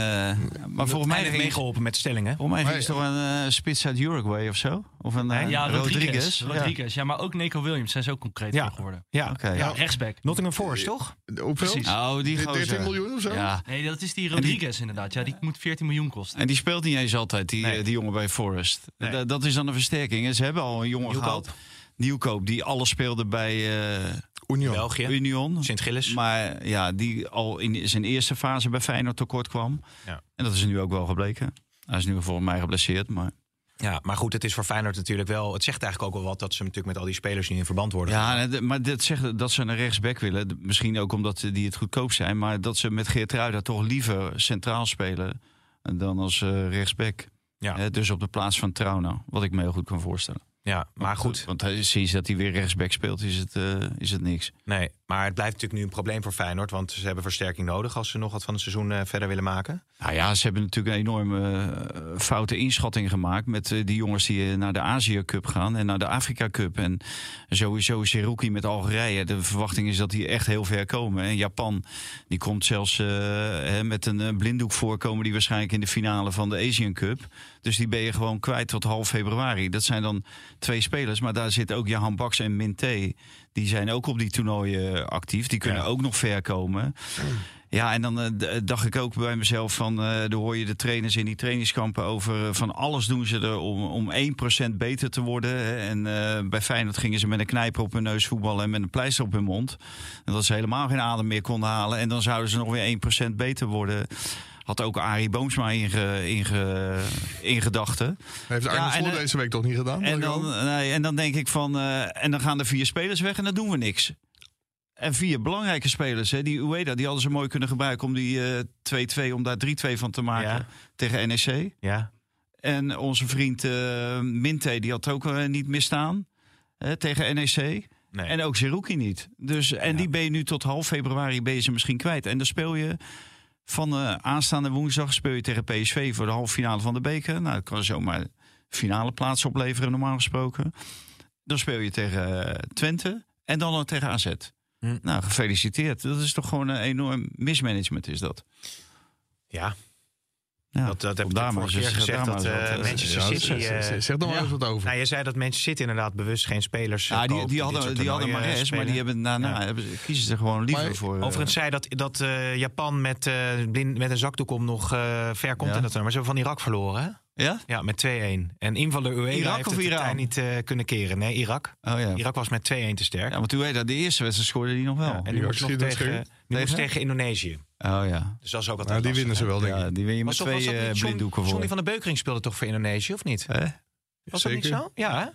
[SPEAKER 5] maar volgens mij
[SPEAKER 3] heeft
[SPEAKER 5] ging
[SPEAKER 3] meegeholpen met stellingen.
[SPEAKER 5] Volgens mij ging het toch een eh, spits uit Uruguay of zo? Of een eh,
[SPEAKER 6] Ja,
[SPEAKER 5] Rodriguez?
[SPEAKER 6] Rodriguez. Rodriguez. Ja, maar ook Nico Williams zijn ze ook concreet
[SPEAKER 3] Ja.
[SPEAKER 6] voor geworden.
[SPEAKER 3] Ja,
[SPEAKER 5] Oké.
[SPEAKER 3] ja.
[SPEAKER 6] Ja, rechtsback.
[SPEAKER 3] Nottingham Forest, toch?
[SPEAKER 4] Hoeveel? Ah,
[SPEAKER 6] Precies.
[SPEAKER 5] Oh, die
[SPEAKER 4] Dit-
[SPEAKER 5] gozer.
[SPEAKER 4] 13 miljoen of zo?
[SPEAKER 5] Ja.
[SPEAKER 6] Nee, dat is die Rodriguez inderdaad. Ja, die moet 14 miljoen kosten.
[SPEAKER 5] En die speelt niet eens altijd, die,
[SPEAKER 3] Nee.
[SPEAKER 5] eh, die jongen bij Forest.
[SPEAKER 3] Nee.
[SPEAKER 5] Da- Dat is dan een versterking. En ze hebben al een jongen
[SPEAKER 3] Nieuwkoop.
[SPEAKER 5] gehaald. Nieuwkoop, die alles speelde bij eh,
[SPEAKER 4] Union.
[SPEAKER 3] België.
[SPEAKER 5] Union.
[SPEAKER 3] Sint-Gilles.
[SPEAKER 5] Maar ja, die al in zijn eerste fase bij Feyenoord tekort kwam.
[SPEAKER 3] Ja.
[SPEAKER 5] En dat is nu ook wel gebleken. Hij is nu volgens mij geblesseerd, maar...
[SPEAKER 3] Ja, maar goed, het is voor Feyenoord natuurlijk wel... Het zegt eigenlijk ook wel wat dat ze natuurlijk met al die spelers nu in verband worden.
[SPEAKER 5] Ja, nee, d- maar dat, zegt, dat ze een rechtsback willen. d- Misschien ook omdat ze- die het goedkoop zijn. Maar dat ze met Geertruida toch liever centraal spelen dan als eh, rechtsback.
[SPEAKER 3] Ja.
[SPEAKER 5] Hè, dus op de plaats van Trauna, wat ik me heel goed kan voorstellen.
[SPEAKER 3] ja maar goed.
[SPEAKER 5] Want hij- sinds dat hij weer rechtsback speelt, is het, eh, is het niks.
[SPEAKER 3] Nee, maar het blijft natuurlijk nu een probleem voor Feyenoord. Want ze hebben versterking nodig als ze nog wat van het seizoen eh, verder willen maken.
[SPEAKER 5] Nou ja, ze hebben natuurlijk een enorme eh, foute inschatting gemaakt met eh, die jongens die eh, naar de Azië Cup gaan en naar de Afrika Cup. En sowieso Cherokee met Algerije. De verwachting is dat die echt heel ver komen. En Japan, die komt zelfs eh, hè, met een eh, blinddoek voorkomen die waarschijnlijk in de finale van de Asian Cup. Dus die ben je gewoon kwijt tot half februari. Dat zijn dan twee spelers, maar daar zitten ook Jahan Baks en Minté. Die zijn ook op die toernooien eh, actief. Die kunnen
[SPEAKER 3] Ja.
[SPEAKER 5] ook nog ver komen. Ja, en dan eh, d- dacht ik ook bij mezelf van... eh dan hoor je de trainers in die trainingskampen over... eh, van alles doen ze er om, om 1% beter te worden. hè. En eh, bij Feyenoord gingen ze met een knijper op hun neus voetballen... en met een pleister op hun mond. En dat ze helemaal geen adem meer konden halen. En dan zouden ze nog weer 1% beter worden... Had ook Arie Boomsma inge, inge, in gedachten.
[SPEAKER 4] Heeft
[SPEAKER 5] Ja,
[SPEAKER 4] Arne
[SPEAKER 5] en,
[SPEAKER 4] Slot
[SPEAKER 5] eh,
[SPEAKER 4] deze week toch niet gedaan?
[SPEAKER 5] En
[SPEAKER 4] Marco?
[SPEAKER 5] dan, eh, nee, en dan denk ik van, eh, en dan gaan er vier spelers weg en dan doen we niks. En vier belangrijke spelers, hè, die Ueda, die hadden ze mooi kunnen gebruiken om die eh, 2-2, om daar 3-2 van te maken
[SPEAKER 3] Ja.
[SPEAKER 5] tegen NEC.
[SPEAKER 3] Ja.
[SPEAKER 5] En onze vriend eh Minte, die had ook eh, niet misstaan eh, tegen NEC.
[SPEAKER 3] Nee.
[SPEAKER 5] En ook Zerouki niet. Dus, en die ben je nu tot half februari ben je ze misschien kwijt. En dan speel je van eh, aanstaande woensdag speel je tegen PSV voor de halve finale van de beker. Nou, dat kan zomaar finale plaats opleveren normaal gesproken. Dan speel je tegen eh, Twente en dan nog tegen AZ.
[SPEAKER 3] Hm.
[SPEAKER 5] Nou, gefeliciteerd. Dat is toch gewoon een enorm mismanagement is dat.
[SPEAKER 3] Ja,
[SPEAKER 5] Ja,
[SPEAKER 3] dat, dat heb ik
[SPEAKER 5] daar
[SPEAKER 3] de
[SPEAKER 5] maar
[SPEAKER 3] vorige keer
[SPEAKER 5] eens-
[SPEAKER 3] gezegd.
[SPEAKER 5] daar
[SPEAKER 3] Dat
[SPEAKER 5] maar
[SPEAKER 3] eh,
[SPEAKER 5] eens wat, eh,
[SPEAKER 3] Manchester
[SPEAKER 5] ja,
[SPEAKER 3] City...
[SPEAKER 4] zeg- zeg-
[SPEAKER 3] eh,
[SPEAKER 4] zeg- zeg er maar
[SPEAKER 3] ja.
[SPEAKER 4] even wat over.
[SPEAKER 3] Nou, je zei dat Manchester City inderdaad bewust geen spelers eh,
[SPEAKER 5] Ja, die,
[SPEAKER 3] koopt
[SPEAKER 5] die
[SPEAKER 3] dit
[SPEAKER 5] hadden,
[SPEAKER 3] soort
[SPEAKER 5] die hadden
[SPEAKER 3] toernooien
[SPEAKER 5] Mares, maar die
[SPEAKER 3] spelen.
[SPEAKER 5] hebben daarna hebben, ze- kiezen ze gewoon liever
[SPEAKER 4] Maar-
[SPEAKER 5] voor. eh,
[SPEAKER 3] Overigens zei dat, dat eh, Japan met, eh, blind, met een zakdoek om nog eh, ver komt
[SPEAKER 5] Ja.
[SPEAKER 3] in dat toernooi. Maar ze hebben van Irak verloren, hè?
[SPEAKER 5] ja?
[SPEAKER 3] Ja, met 2-1. En invaller Ueda
[SPEAKER 5] Irak
[SPEAKER 3] heeft
[SPEAKER 5] of
[SPEAKER 3] het de
[SPEAKER 5] Iran?
[SPEAKER 3] tijd niet eh, kunnen keren. Nee, Irak.
[SPEAKER 5] Oh ja.
[SPEAKER 3] Irak was met 2-1 te sterk.
[SPEAKER 5] Ja, want toen dat de eerste wedstrijd scoorde die nog wel.
[SPEAKER 3] en nu
[SPEAKER 4] Irak
[SPEAKER 3] moest nog
[SPEAKER 4] schiet het
[SPEAKER 3] tegen,
[SPEAKER 4] scherp.
[SPEAKER 3] nu moest
[SPEAKER 5] Tegen?
[SPEAKER 3] tegen Indonesië.
[SPEAKER 5] Oh ja.
[SPEAKER 3] Dus dat eh, is ook wat
[SPEAKER 4] Nou, die winnen ze wel, denk ik.
[SPEAKER 5] ja. Die win je
[SPEAKER 3] Maar
[SPEAKER 5] met
[SPEAKER 3] toch was
[SPEAKER 5] twee
[SPEAKER 3] dat
[SPEAKER 5] eh,
[SPEAKER 3] niet John-
[SPEAKER 5] blinddoeken voor.
[SPEAKER 3] Johnny van de Beukering speelde toch voor Indonesië, of niet?
[SPEAKER 5] Hè?
[SPEAKER 3] Was dat
[SPEAKER 4] Zeker.
[SPEAKER 3] niet zo? Ja, hè?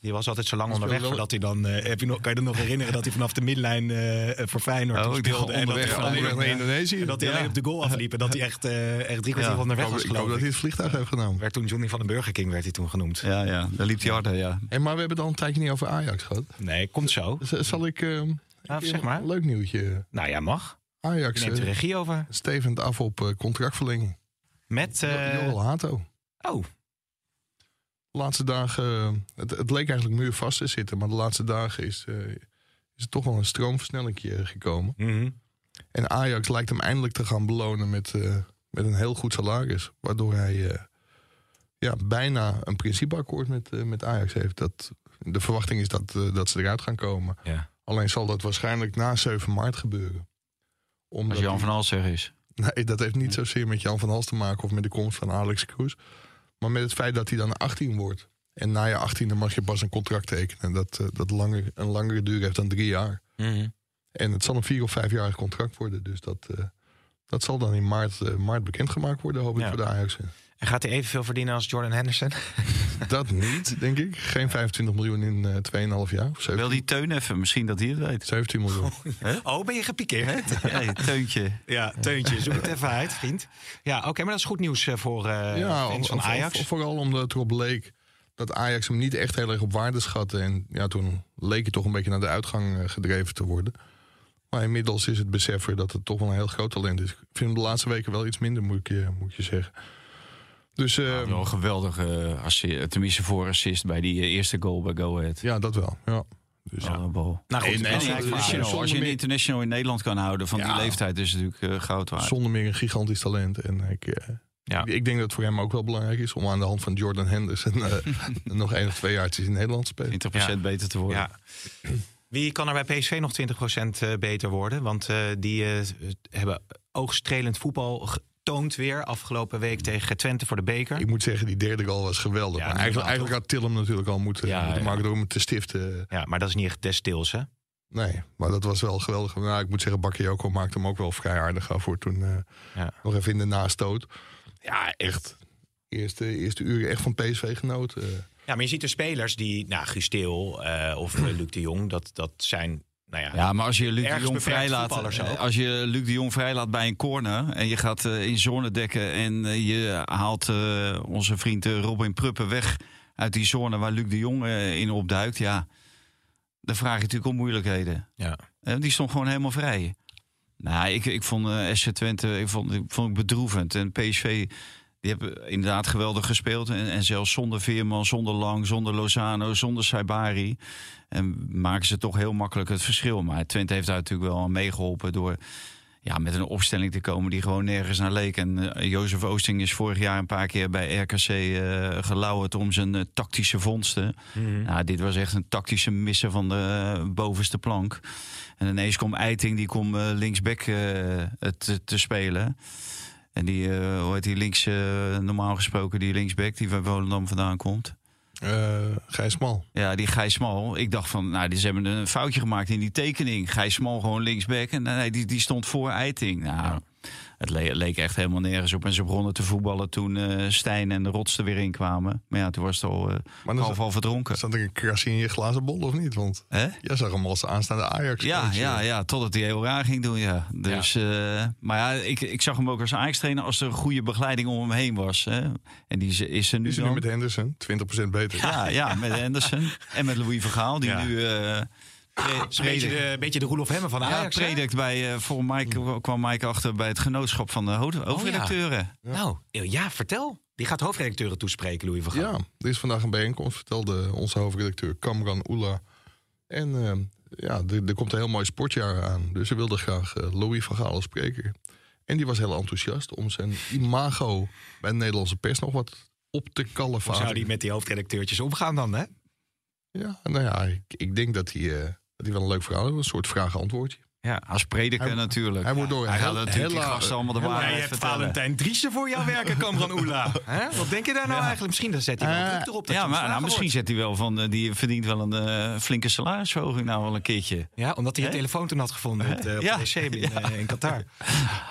[SPEAKER 3] Die was altijd zo lang
[SPEAKER 4] Hij
[SPEAKER 3] onderweg
[SPEAKER 4] speelde wel-
[SPEAKER 3] voordat hij dan... eh, heb je nog, kan je er nog herinneren dat hij vanaf de midlijn eh, eh, voor Feyenoord
[SPEAKER 5] Oh,
[SPEAKER 3] toen
[SPEAKER 5] ik dacht
[SPEAKER 3] speelde? En dat hij
[SPEAKER 5] onderweg-
[SPEAKER 3] gewoon-
[SPEAKER 4] Onderweg naar Indonesië.
[SPEAKER 3] en dat hij
[SPEAKER 4] Ja.
[SPEAKER 3] alleen op de goal afliep en dat hij echt, eh, echt drie kwartier
[SPEAKER 5] Ja.
[SPEAKER 3] onderweg
[SPEAKER 4] Ik hoop-
[SPEAKER 3] was,
[SPEAKER 4] Oh, ik hoop dat
[SPEAKER 3] geloof
[SPEAKER 4] hij
[SPEAKER 3] ik.
[SPEAKER 4] het vliegtuig heeft genomen.
[SPEAKER 3] Werd toen Johnny van de Burger King werd hij toen genoemd.
[SPEAKER 5] Ja, ja. Daar liep hij harder, ja.
[SPEAKER 4] Hey, maar we hebben het al een tijdje niet over Ajax gehad.
[SPEAKER 3] Nee, komt zo.
[SPEAKER 4] Z- zal ik... ehm,
[SPEAKER 3] Ja,
[SPEAKER 4] een
[SPEAKER 3] zeg maar.
[SPEAKER 4] Leuk nieuwtje.
[SPEAKER 3] Nou ja, mag. Je
[SPEAKER 4] Ajax
[SPEAKER 3] neemt de
[SPEAKER 4] eh,
[SPEAKER 3] regie over.
[SPEAKER 4] stevend af op eh, contractverlenging.
[SPEAKER 3] Met...
[SPEAKER 4] Jo-
[SPEAKER 3] eh,
[SPEAKER 4] Jorrel Hato.
[SPEAKER 3] oh,
[SPEAKER 4] De laatste dagen... eh, het, het leek eigenlijk muurvast te zitten. Maar de laatste dagen is, eh, is er toch wel een stroomversnelling eh, gekomen.
[SPEAKER 3] mhm.
[SPEAKER 4] En Ajax lijkt hem eindelijk te gaan belonen met, eh, met een heel goed salaris. Waardoor hij eh, ja, bijna een principeakkoord met, eh, met Ajax heeft. Dat, de verwachting is dat, eh, dat ze eruit gaan komen.
[SPEAKER 3] Ja.
[SPEAKER 4] Alleen zal dat waarschijnlijk na 7 maart gebeuren. Omdat
[SPEAKER 5] Als Jan van Alster is.
[SPEAKER 4] Nee, dat heeft niet zozeer met Jan van Hals te maken of met de komst van Alex Kroes. Maar met het feit dat hij dan 18 wordt. En na je 18e mag je pas een contract tekenen. Dat, eh, dat langer, een langere duur heeft dan drie jaar. En het zal een vier of vijfjarig contract worden. Dus dat, eh, dat zal dan in maart, eh, maart bekendgemaakt worden, hoop ik,
[SPEAKER 3] Ja.
[SPEAKER 4] voor de Ajax.
[SPEAKER 3] En gaat hij evenveel verdienen als Jordan Henderson?
[SPEAKER 4] Dat niet, denk ik. Geen 25 miljoen in eh, 2,5 jaar. Of
[SPEAKER 5] Wil
[SPEAKER 4] 17,
[SPEAKER 5] die Teun even? Misschien dat hij het weet.
[SPEAKER 4] 17 miljoen.
[SPEAKER 3] Oh, ben je gepikeerd?
[SPEAKER 5] Hey, teuntje.
[SPEAKER 3] Ja, Teuntje, zoek het even uit, vriend. Ja, oké, maar dat is goed nieuws eh, voor eh fans van
[SPEAKER 4] of- of-
[SPEAKER 3] Ajax.
[SPEAKER 4] of vooral omdat het erop leek dat Ajax hem niet echt heel erg op waarde schatte. En ja, toen leek het toch een beetje naar de uitgang eh, gedreven te worden. Maar inmiddels is het besef weer dat het toch wel een heel groot talent is. Ik vind hem de laatste weken wel iets minder, moet ik je, moet ik je zeggen. Dus eh,
[SPEAKER 5] Wel een geweldige assist, tenminste voor assist bij die eh, eerste goal bij Go Ahead.
[SPEAKER 4] ja, dat wel. Ja. Dus,
[SPEAKER 5] Wat een bal.
[SPEAKER 3] Nou goed,
[SPEAKER 4] En-
[SPEAKER 3] dat
[SPEAKER 5] En
[SPEAKER 3] is
[SPEAKER 5] een
[SPEAKER 3] eigenlijk
[SPEAKER 4] ja,
[SPEAKER 3] waar.
[SPEAKER 5] international. Als je een international in Nederland kan houden van die
[SPEAKER 4] Ja.
[SPEAKER 5] leeftijd is het natuurlijk eh, goud waard.
[SPEAKER 4] Zonder meer een gigantisch talent. En ik, eh,
[SPEAKER 3] Ja.
[SPEAKER 4] ik, ik denk dat het voor hem ook wel belangrijk is om aan de hand van Jordan Henderson eh, nog één of twee jaartjes in Nederland te spelen.
[SPEAKER 5] 20%
[SPEAKER 3] Ja.
[SPEAKER 5] beter te worden.
[SPEAKER 3] Ja. Wie kan er bij PSV nog 20% eh, beter worden? Want eh, die eh, hebben oogstrelend voetbal getoond weer afgelopen week tegen Twente voor de beker.
[SPEAKER 4] Ik moet zeggen, die derde goal was geweldig.
[SPEAKER 3] Ja,
[SPEAKER 4] maar
[SPEAKER 3] niet normaal,
[SPEAKER 4] eigenlijk, eigenlijk had Tillem natuurlijk al moeten,
[SPEAKER 5] Ja,
[SPEAKER 4] moeten
[SPEAKER 5] ja.
[SPEAKER 4] maken door hem te stiften.
[SPEAKER 3] Ja, maar dat is niet echt des stils, hè?
[SPEAKER 4] Nee, maar dat was wel geweldig. Nou, ik moet zeggen, Bakayoko maakte hem ook wel vrij aardig af voor toen eh,
[SPEAKER 3] Ja.
[SPEAKER 4] nog even in de nastoot. Ja, echt. Eerste, eerste uren echt van PSV genoten. Eh,
[SPEAKER 3] Ja, maar je ziet de spelers die, nou, Gusteel eh, of eh, Luc de Jong, dat, dat zijn, nou ja,
[SPEAKER 5] Ja, maar als je Luc de
[SPEAKER 3] Ergens
[SPEAKER 5] Jong
[SPEAKER 3] beperkt
[SPEAKER 5] vrijlaat, eh,
[SPEAKER 3] voetballers ook.
[SPEAKER 5] als je Luc de Jong vrijlaat bij een corner en je gaat eh, in zone dekken en eh, je haalt eh, onze vriend eh, Robin Pruppen weg uit die zone waar Luc de Jong eh, in opduikt, ja, dan vraag je natuurlijk om moeilijkheden.
[SPEAKER 3] ja.
[SPEAKER 5] Eh, die stond gewoon helemaal vrij. Nou, ik, ik vond eh SC Twente ik vond, ik vond het bedroevend. En PSV, die hebben inderdaad geweldig gespeeld. En, en zelfs zonder Veerman, zonder Lang, zonder Lozano, zonder Saibari. En maken ze toch heel makkelijk het verschil. Maar Twente heeft daar natuurlijk wel aan meegeholpen door... Ja, met een opstelling te komen die gewoon nergens naar leek. En eh, Jozef Oosting is vorig jaar een paar keer bij RKC eh gelauwerd om zijn eh, tactische vondsten. Nou, dit was echt een tactische missen van de eh, bovenste plank. En ineens komt Eiting, die komt eh, linksback eh, eh, te, te spelen. En die, eh, hoe heet die links, eh, normaal gesproken, die linksback die van Volendam vandaan komt.
[SPEAKER 4] eh, Gijs Mal.
[SPEAKER 5] Ja, die Gijs Smal. Ik dacht van, nou, die- ze hebben een eh, foutje gemaakt in die tekening. Gijs Smal gewoon linksback. En nee, die, die stond voor Eiting. Nou, Het le- leek echt helemaal nergens op. En ze begonnen te voetballen toen eh, Stijn en de Rots er weer in kwamen. Maar ja, toen was het al eh,
[SPEAKER 4] Maar dan
[SPEAKER 5] half al verdronken.
[SPEAKER 4] Zat er een krasje in je glazen bol of niet? Want
[SPEAKER 5] Hè?
[SPEAKER 4] jij zag hem als aanstaande Ajax.
[SPEAKER 5] Ja,
[SPEAKER 4] coach,
[SPEAKER 5] ja,
[SPEAKER 4] eh.
[SPEAKER 5] ja, totdat hij heel raar ging doen, ja. Dus, eh, maar ja, ik, ik zag hem ook als Ajax-trainer als er een goede begeleiding om hem heen was. Hè. En die is, is er nu
[SPEAKER 4] Is hij
[SPEAKER 5] dan.
[SPEAKER 4] nu met Henderson 20% beter?
[SPEAKER 5] ja, ja, met Henderson en met Louis Vergaal, die
[SPEAKER 3] Ja.
[SPEAKER 5] nu... eh, pre-
[SPEAKER 3] Een beetje
[SPEAKER 5] predikt-
[SPEAKER 3] de, een beetje de Roelof Hemmen van
[SPEAKER 5] Ja,
[SPEAKER 3] Ajax. hè?
[SPEAKER 5] predikt bij, eh, voor Mike kwam Mike achter bij het genootschap van de ho- hoofdredacteuren.
[SPEAKER 3] Nou, ja, vertel. Die gaat hoofdredacteuren toespreken, Louis van Gaal.
[SPEAKER 4] Ja, er is vandaag een bijeenkomst, vertelde onze hoofdredacteur Kamran Oela. En eh, ja, er, er komt een heel mooi sportjaar aan. Dus ze wilde graag eh, Louis van Gaal als spreker. En die was heel enthousiast om zijn imago bij de Nederlandse pers nog wat op te
[SPEAKER 3] Hoe zou die
[SPEAKER 4] kalveren.
[SPEAKER 3] met die hoofdredacteurtjes omgaan dan, hè?
[SPEAKER 4] Ja, nou ja, ik, ik denk dat hij, eh, dat hij wel een leuk verhaal heeft. Een soort vraag-antwoordje.
[SPEAKER 5] Ja, als prediker
[SPEAKER 4] Hij-
[SPEAKER 5] natuurlijk.
[SPEAKER 4] hij wordt door
[SPEAKER 5] hij gaat
[SPEAKER 4] Hel-
[SPEAKER 5] natuurlijk die
[SPEAKER 4] Hella-
[SPEAKER 5] gasten allemaal de
[SPEAKER 4] Hella-
[SPEAKER 5] waarheid
[SPEAKER 3] Jij hebt
[SPEAKER 5] vertellen.
[SPEAKER 3] Valentijn Driessen voor jou werken, Kamran Oela. Hè? Wat denk je daar nou eigenlijk? Misschien dan zet hij wel
[SPEAKER 4] Eh,
[SPEAKER 3] druk erop. Dat
[SPEAKER 5] Ja,
[SPEAKER 3] je
[SPEAKER 5] maar
[SPEAKER 3] ontslagen
[SPEAKER 5] nou, misschien
[SPEAKER 3] wordt.
[SPEAKER 5] zet hij wel van, eh, die verdient wel een eh, flinke salarisverhoging nou wel een keertje.
[SPEAKER 3] Ja, omdat hij je
[SPEAKER 5] Hè?
[SPEAKER 3] telefoon toen had gevonden op de, op
[SPEAKER 5] Ja.
[SPEAKER 3] de EC in, eh, in Qatar.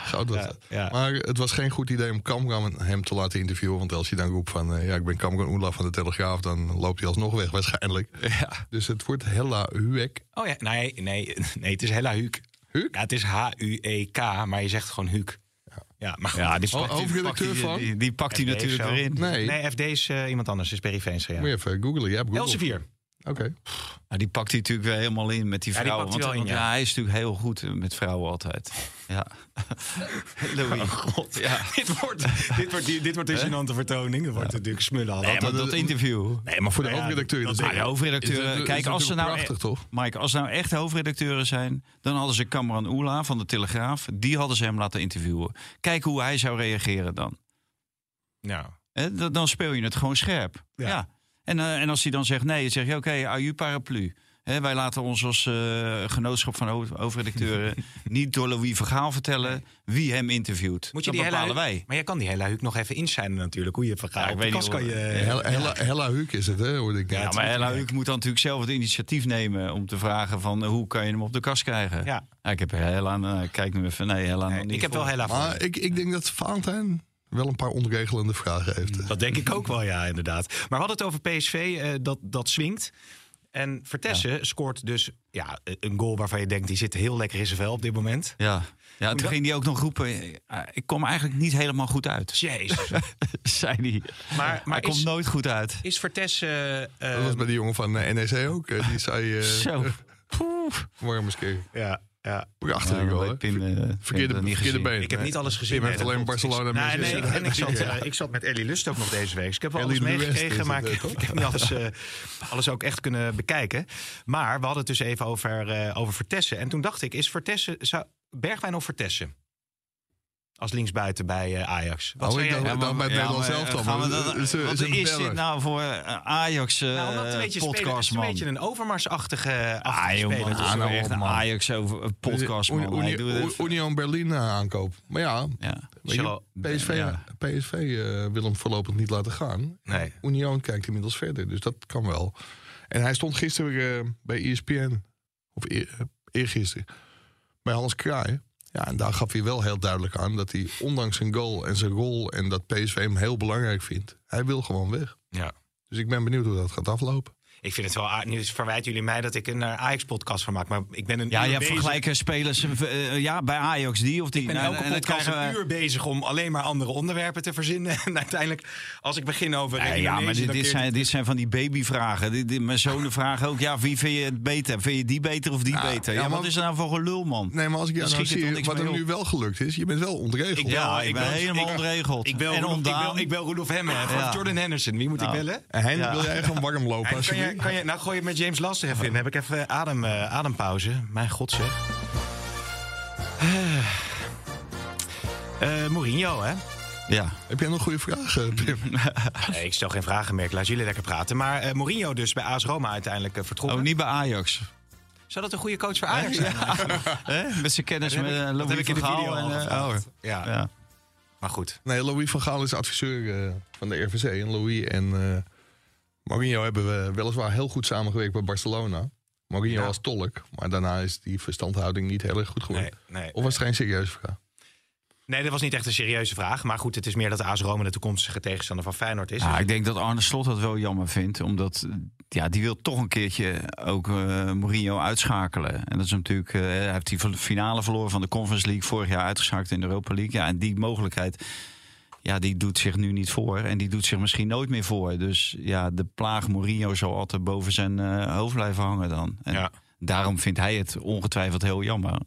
[SPEAKER 4] Zou dat
[SPEAKER 3] ja.
[SPEAKER 4] Maar het was geen goed idee om Kamran hem te laten interviewen. Want als hij dan roept van, eh, ja, ik ben Kamran Oela van de Telegraaf... dan loopt hij alsnog weg waarschijnlijk. Dus het wordt Hella Huek.
[SPEAKER 3] Oh ja, nee, nee, nee het is Hella Huuk.
[SPEAKER 4] Huuk?
[SPEAKER 3] Ja, het is H-U-E-K, maar je zegt gewoon Huuk. Ja, maar ja, dit
[SPEAKER 4] Oh, hoofdredacteur
[SPEAKER 5] Die,
[SPEAKER 4] van?
[SPEAKER 5] die, die pakt hij
[SPEAKER 3] FD
[SPEAKER 5] natuurlijk
[SPEAKER 3] zo.
[SPEAKER 5] weer in.
[SPEAKER 4] Nee,
[SPEAKER 3] Nee, FD is eh, iemand anders, is Perry Veenstra.
[SPEAKER 4] moet
[SPEAKER 3] Ja.
[SPEAKER 4] je even googlen. Je hebt Google.
[SPEAKER 3] Elsevier.
[SPEAKER 4] Oké.
[SPEAKER 5] Maar die pakt hij natuurlijk weer helemaal in met die
[SPEAKER 3] Ja, die
[SPEAKER 5] vrouwen.
[SPEAKER 3] pakt hij
[SPEAKER 5] want
[SPEAKER 3] wel in,
[SPEAKER 5] want
[SPEAKER 3] ja.
[SPEAKER 5] ja, hij is natuurlijk heel goed eh, met vrouwen altijd. Ja. Louis. god. Ja.
[SPEAKER 3] dit wordt, dit wordt, dit wordt een gênante vertoning. Dat wordt natuurlijk smullen al.
[SPEAKER 5] Nee, maar dat interview.
[SPEAKER 3] nee, maar voor
[SPEAKER 4] De hoofdredacteur. dat
[SPEAKER 5] Maar
[SPEAKER 4] is-
[SPEAKER 5] de hoofdredacteuren,
[SPEAKER 3] eh,
[SPEAKER 4] is- is
[SPEAKER 5] kijk, als ze nou
[SPEAKER 4] natuurlijk Prachtig, toch?
[SPEAKER 5] Mike, als nou echt hoofdredacteuren zijn, dan hadden ze Kamran Oela van de Telegraaf, die hadden ze hem laten interviewen. Kijk hoe hij zou reageren dan.
[SPEAKER 3] Nou,
[SPEAKER 5] Hè, dan- dan speel je het gewoon scherp.
[SPEAKER 3] Ja.
[SPEAKER 5] Ja. En, eh, en als hij dan zegt nee, dan zeg je oké, AU paraplu. Hè, wij laten ons als eh, genootschap van ho- hoofdredacteuren niet door Louis Vergaal vertellen wie hem interviewt.
[SPEAKER 3] moet je
[SPEAKER 5] dat
[SPEAKER 3] die
[SPEAKER 5] bepalen
[SPEAKER 3] hele
[SPEAKER 5] wij.
[SPEAKER 3] Maar jij kan die hele Huuk nog even inzijnen natuurlijk. Hoe je het vergaat.
[SPEAKER 5] Ja, ik weet
[SPEAKER 3] De kast
[SPEAKER 5] niet
[SPEAKER 3] kan
[SPEAKER 5] hoe-
[SPEAKER 3] je...
[SPEAKER 4] Hella, Hella, Hella Huuk is het, hè, hoorde ik
[SPEAKER 5] Ja,
[SPEAKER 4] net.
[SPEAKER 5] maar Ella
[SPEAKER 3] niet
[SPEAKER 5] Huuk moet dan natuurlijk zelf het initiatief nemen om te vragen van eh, hoe kan je hem op de kast krijgen.
[SPEAKER 3] Ja.
[SPEAKER 5] ik heb Hella, nou, kijk nu even, nee Hella nog
[SPEAKER 3] Nee,
[SPEAKER 5] niet
[SPEAKER 3] ik heb wel
[SPEAKER 5] voor.
[SPEAKER 3] Hella voor.
[SPEAKER 4] Maar ik, ik denk dat Valentijn wel een paar onregelende vragen heeft.
[SPEAKER 3] Dat denk ik ook wel, ja, inderdaad. Maar we hadden het over PSV, eh, dat, dat swingt. En Vertessen scoort dus ja, een goal waarvan je denkt... die zit heel lekker in zijn vel op dit moment.
[SPEAKER 5] Ja, ja toen
[SPEAKER 3] dat-
[SPEAKER 5] ging hij ook nog roepen, eh, ik kom eigenlijk niet helemaal goed uit,
[SPEAKER 3] Jezus.
[SPEAKER 5] zei hij.
[SPEAKER 3] Maar, maar
[SPEAKER 5] hij komt
[SPEAKER 3] is,
[SPEAKER 5] nooit goed uit.
[SPEAKER 3] is Vertessen... eh,
[SPEAKER 4] Dat was bij die jongen van eh, NEC ook. eh, Die zei, eh
[SPEAKER 5] Zo.
[SPEAKER 4] morgen misschien.
[SPEAKER 3] eh, ja, ja.
[SPEAKER 4] Prachtig ja, goal, hè?
[SPEAKER 5] eh,
[SPEAKER 4] Verkeerde, verkeerde been.
[SPEAKER 3] Ik heb niet alles gezien.
[SPEAKER 4] Pim heeft
[SPEAKER 3] nee, dat
[SPEAKER 4] alleen
[SPEAKER 3] klopt.
[SPEAKER 4] Barcelona en
[SPEAKER 3] Nee, nee, ik,
[SPEAKER 4] Manchester
[SPEAKER 3] en ik zat,
[SPEAKER 4] United.
[SPEAKER 3] eh, ik zat met Ellie Lust ook nog deze week. Dus ik heb wel
[SPEAKER 4] Ellie
[SPEAKER 3] alles
[SPEAKER 4] de West is
[SPEAKER 3] meegekregen,
[SPEAKER 4] het,
[SPEAKER 3] maar
[SPEAKER 4] eh,
[SPEAKER 3] ik,
[SPEAKER 4] toch?
[SPEAKER 3] ik heb niet alles, eh, alles ook echt kunnen bekijken. Maar we hadden het dus even over, eh, over Vertessen. En toen dacht ik, is Vertessen, zou, Bergwijn of Vertessen? Als linksbuiten bij eh, Ajax. Wat
[SPEAKER 4] Oh,
[SPEAKER 3] zou
[SPEAKER 4] ik
[SPEAKER 3] jij-
[SPEAKER 4] dacht- Dan bij het Nederlands elftal,
[SPEAKER 5] gaan we
[SPEAKER 4] maar
[SPEAKER 5] dat-
[SPEAKER 4] is- is-
[SPEAKER 5] Wat
[SPEAKER 4] is een
[SPEAKER 5] is dit
[SPEAKER 4] beller.
[SPEAKER 5] nou voor eh, Ajax eh,
[SPEAKER 3] Nou, omdat het een beetje spelen- het is
[SPEAKER 5] podcast,
[SPEAKER 3] een
[SPEAKER 5] man?
[SPEAKER 3] beetje een overmarsachtige
[SPEAKER 5] Ah,
[SPEAKER 3] achtige
[SPEAKER 5] joh,
[SPEAKER 3] speler.
[SPEAKER 5] man.
[SPEAKER 3] Dus
[SPEAKER 5] Ah, nou, echt een
[SPEAKER 4] man.
[SPEAKER 5] Ajax over een podcast, man.
[SPEAKER 4] Uni-
[SPEAKER 5] Hij doet het.
[SPEAKER 4] Uni- Union Berlin eh, aankoop. Maar ja,
[SPEAKER 5] Ja.
[SPEAKER 4] weet je,
[SPEAKER 5] Zullen we-
[SPEAKER 4] PSV,
[SPEAKER 5] ja.
[SPEAKER 4] PSV eh, wil hem voorlopig niet laten gaan.
[SPEAKER 3] Nee.
[SPEAKER 4] Union kijkt inmiddels verder, dus dat kan wel. En hij stond gisteren eh, bij ESPN, of eer, eh, eergisteren, bij Hans Kraaij. Ja, en daar gaf hij wel heel duidelijk aan dat hij, ondanks zijn goal en zijn rol... en dat PSV hem heel belangrijk vindt, hij wil gewoon weg.
[SPEAKER 3] Ja.
[SPEAKER 4] Dus ik ben benieuwd hoe dat gaat aflopen.
[SPEAKER 3] Ik vind het wel aardig. Nu verwijten jullie mij dat ik een eh, Ajax-podcast van maak. Maar ik ben een
[SPEAKER 5] Ja,
[SPEAKER 3] uur
[SPEAKER 5] ja,
[SPEAKER 3] bezig.
[SPEAKER 5] vergelijken spelers eh, ja, bij Ajax die of die.
[SPEAKER 3] Ik ben
[SPEAKER 5] Nou,
[SPEAKER 3] elke
[SPEAKER 5] en dat
[SPEAKER 3] podcast
[SPEAKER 5] krijgen
[SPEAKER 3] een
[SPEAKER 5] we-
[SPEAKER 3] uur bezig om alleen maar andere onderwerpen te verzinnen. En uiteindelijk, als ik begin over...
[SPEAKER 5] Ja,
[SPEAKER 3] Indonesië,
[SPEAKER 5] ja, maar
[SPEAKER 3] dan
[SPEAKER 5] dit, dit
[SPEAKER 3] keert
[SPEAKER 5] zijn, dit zijn van die babyvragen. Dit, dit- mijn zonen vragen ook, ja, wie vind je het beter? Vind je die beter of die
[SPEAKER 4] Ja,
[SPEAKER 5] beter?
[SPEAKER 4] ja,
[SPEAKER 5] Ja, wat
[SPEAKER 4] maar-
[SPEAKER 5] is er nou voor gelul, man?
[SPEAKER 4] Nee, maar als ik jou
[SPEAKER 5] Dan
[SPEAKER 4] nou
[SPEAKER 5] schiet je toch
[SPEAKER 4] zie
[SPEAKER 5] niks
[SPEAKER 4] wat
[SPEAKER 5] mee
[SPEAKER 4] er
[SPEAKER 5] op.
[SPEAKER 4] nu wel gelukt is... je bent wel ontregeld.
[SPEAKER 3] Ik
[SPEAKER 4] Nou,
[SPEAKER 3] bel-
[SPEAKER 5] ja,
[SPEAKER 3] ik
[SPEAKER 5] ik ben
[SPEAKER 3] bel-
[SPEAKER 5] helemaal
[SPEAKER 3] ik-
[SPEAKER 5] onregeld.
[SPEAKER 3] Ik bel,
[SPEAKER 5] en
[SPEAKER 3] Rudolf, ik bel,
[SPEAKER 5] ondaan.
[SPEAKER 3] ik bel Rudolf Hemmen hè, van
[SPEAKER 5] Ja.
[SPEAKER 3] Jordan Henderson. Wie moet
[SPEAKER 5] Nou.
[SPEAKER 3] ik bellen?
[SPEAKER 4] En Hein,
[SPEAKER 5] Ja.
[SPEAKER 4] wil jij gewoon warm lopen
[SPEAKER 3] Hey, kan je,
[SPEAKER 4] alsjeblieft?
[SPEAKER 3] kan je, nou, gooi je met James Last er even in. Dan heb ik even adem, eh, adempauze. Mijn god zeg. Eh, Mourinho, hè?
[SPEAKER 5] Ja.
[SPEAKER 4] Heb jij nog een goede vraag, eh, Pim?
[SPEAKER 3] Nee, ik stel geen vragen meer. Ik laat jullie lekker praten. Maar eh, Mourinho dus bij AS Roma uiteindelijk eh, vertrokken.
[SPEAKER 5] Oh, niet bij Ajax.
[SPEAKER 3] Zou dat een goede coach voor Ajax zijn?
[SPEAKER 5] Hè? Met zijn kennis
[SPEAKER 3] Dat
[SPEAKER 5] met
[SPEAKER 3] heb ik-
[SPEAKER 5] eh,
[SPEAKER 3] dat heb
[SPEAKER 5] Louis
[SPEAKER 3] ik in
[SPEAKER 5] van
[SPEAKER 3] de video
[SPEAKER 5] Gaal.
[SPEAKER 3] al
[SPEAKER 5] en, eh,
[SPEAKER 3] gevraagd.
[SPEAKER 5] oh,
[SPEAKER 3] Ja.
[SPEAKER 5] ja.
[SPEAKER 3] Maar goed.
[SPEAKER 4] Nee, Louis van Gaal is adviseur eh, van de RVC. En Louis en eh, Mourinho hebben we weliswaar heel goed samengewerkt bij Barcelona. Mourinho
[SPEAKER 3] Ja.
[SPEAKER 4] als tolk, maar daarna is die verstandhouding niet heel erg goed geworden.
[SPEAKER 3] Nee, nee.
[SPEAKER 4] Of was het geen serieuze vraag?
[SPEAKER 3] Nee, dat was niet echt een serieuze vraag. Maar goed, het is meer dat AS Rome de toekomstige tegenstander van Feyenoord is.
[SPEAKER 5] Ja, Nou, Ah, ik denk dat Arne Slot dat wel jammer vindt. Omdat ja, die wil toch een keertje ook eh, Mourinho uitschakelen. En dat is natuurlijk... eh, hij heeft die finale verloren van de Conference League. Vorig jaar uitgeschakeld in de Europa League. Ja, en die mogelijkheid... Ja, die doet zich nu niet voor. En die doet zich misschien nooit meer voor. Dus ja, de plaag Mourinho zal altijd boven zijn eh, hoofd blijven hangen dan. En
[SPEAKER 3] Ja.
[SPEAKER 5] daarom vindt hij het ongetwijfeld heel jammer.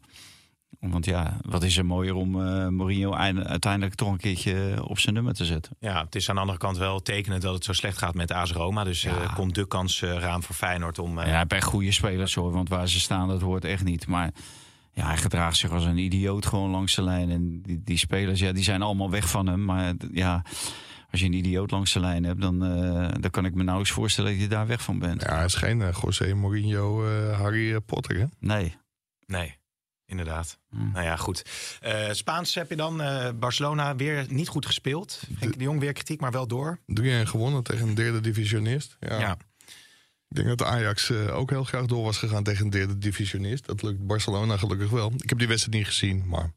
[SPEAKER 5] Want ja, wat is er mooier om eh Mourinho eind- uiteindelijk toch een keertje op zijn nummer te zetten.
[SPEAKER 3] Ja, het is aan de andere kant wel tekenend dat het zo slecht gaat met AS Roma. Dus eh,
[SPEAKER 5] Ja.
[SPEAKER 3] komt de kans eh, raam voor Feyenoord om... eh,
[SPEAKER 5] Nou Ja, bij goede spelers hoor, want waar ze staan, dat hoort echt niet. Maar ja, hij gedraagt zich als een idioot gewoon langs de lijn. En die, die spelers, ja, die zijn allemaal weg van hem. Maar d- ja, als je een idioot langs de lijn hebt, dan, eh, dan kan ik me nauwelijks voorstellen dat je daar weg van bent.
[SPEAKER 4] Ja, het is geen eh, José Mourinho, eh, Harry eh, Potter, hè?
[SPEAKER 5] Nee.
[SPEAKER 3] Nee, inderdaad.
[SPEAKER 5] Hm.
[SPEAKER 3] Nou ja, goed. Eh, Spaans heb je dan. eh, Barcelona weer niet goed gespeeld. Frenkie de Jong weer kritiek, maar wel door.
[SPEAKER 4] Drie en gewonnen tegen een derde divisionist. Ja.
[SPEAKER 3] Ja.
[SPEAKER 4] Ik denk dat Ajax eh, ook heel graag door was gegaan tegen een derde divisionist. Dat lukt Barcelona gelukkig wel. Ik heb die wedstrijd niet gezien, maar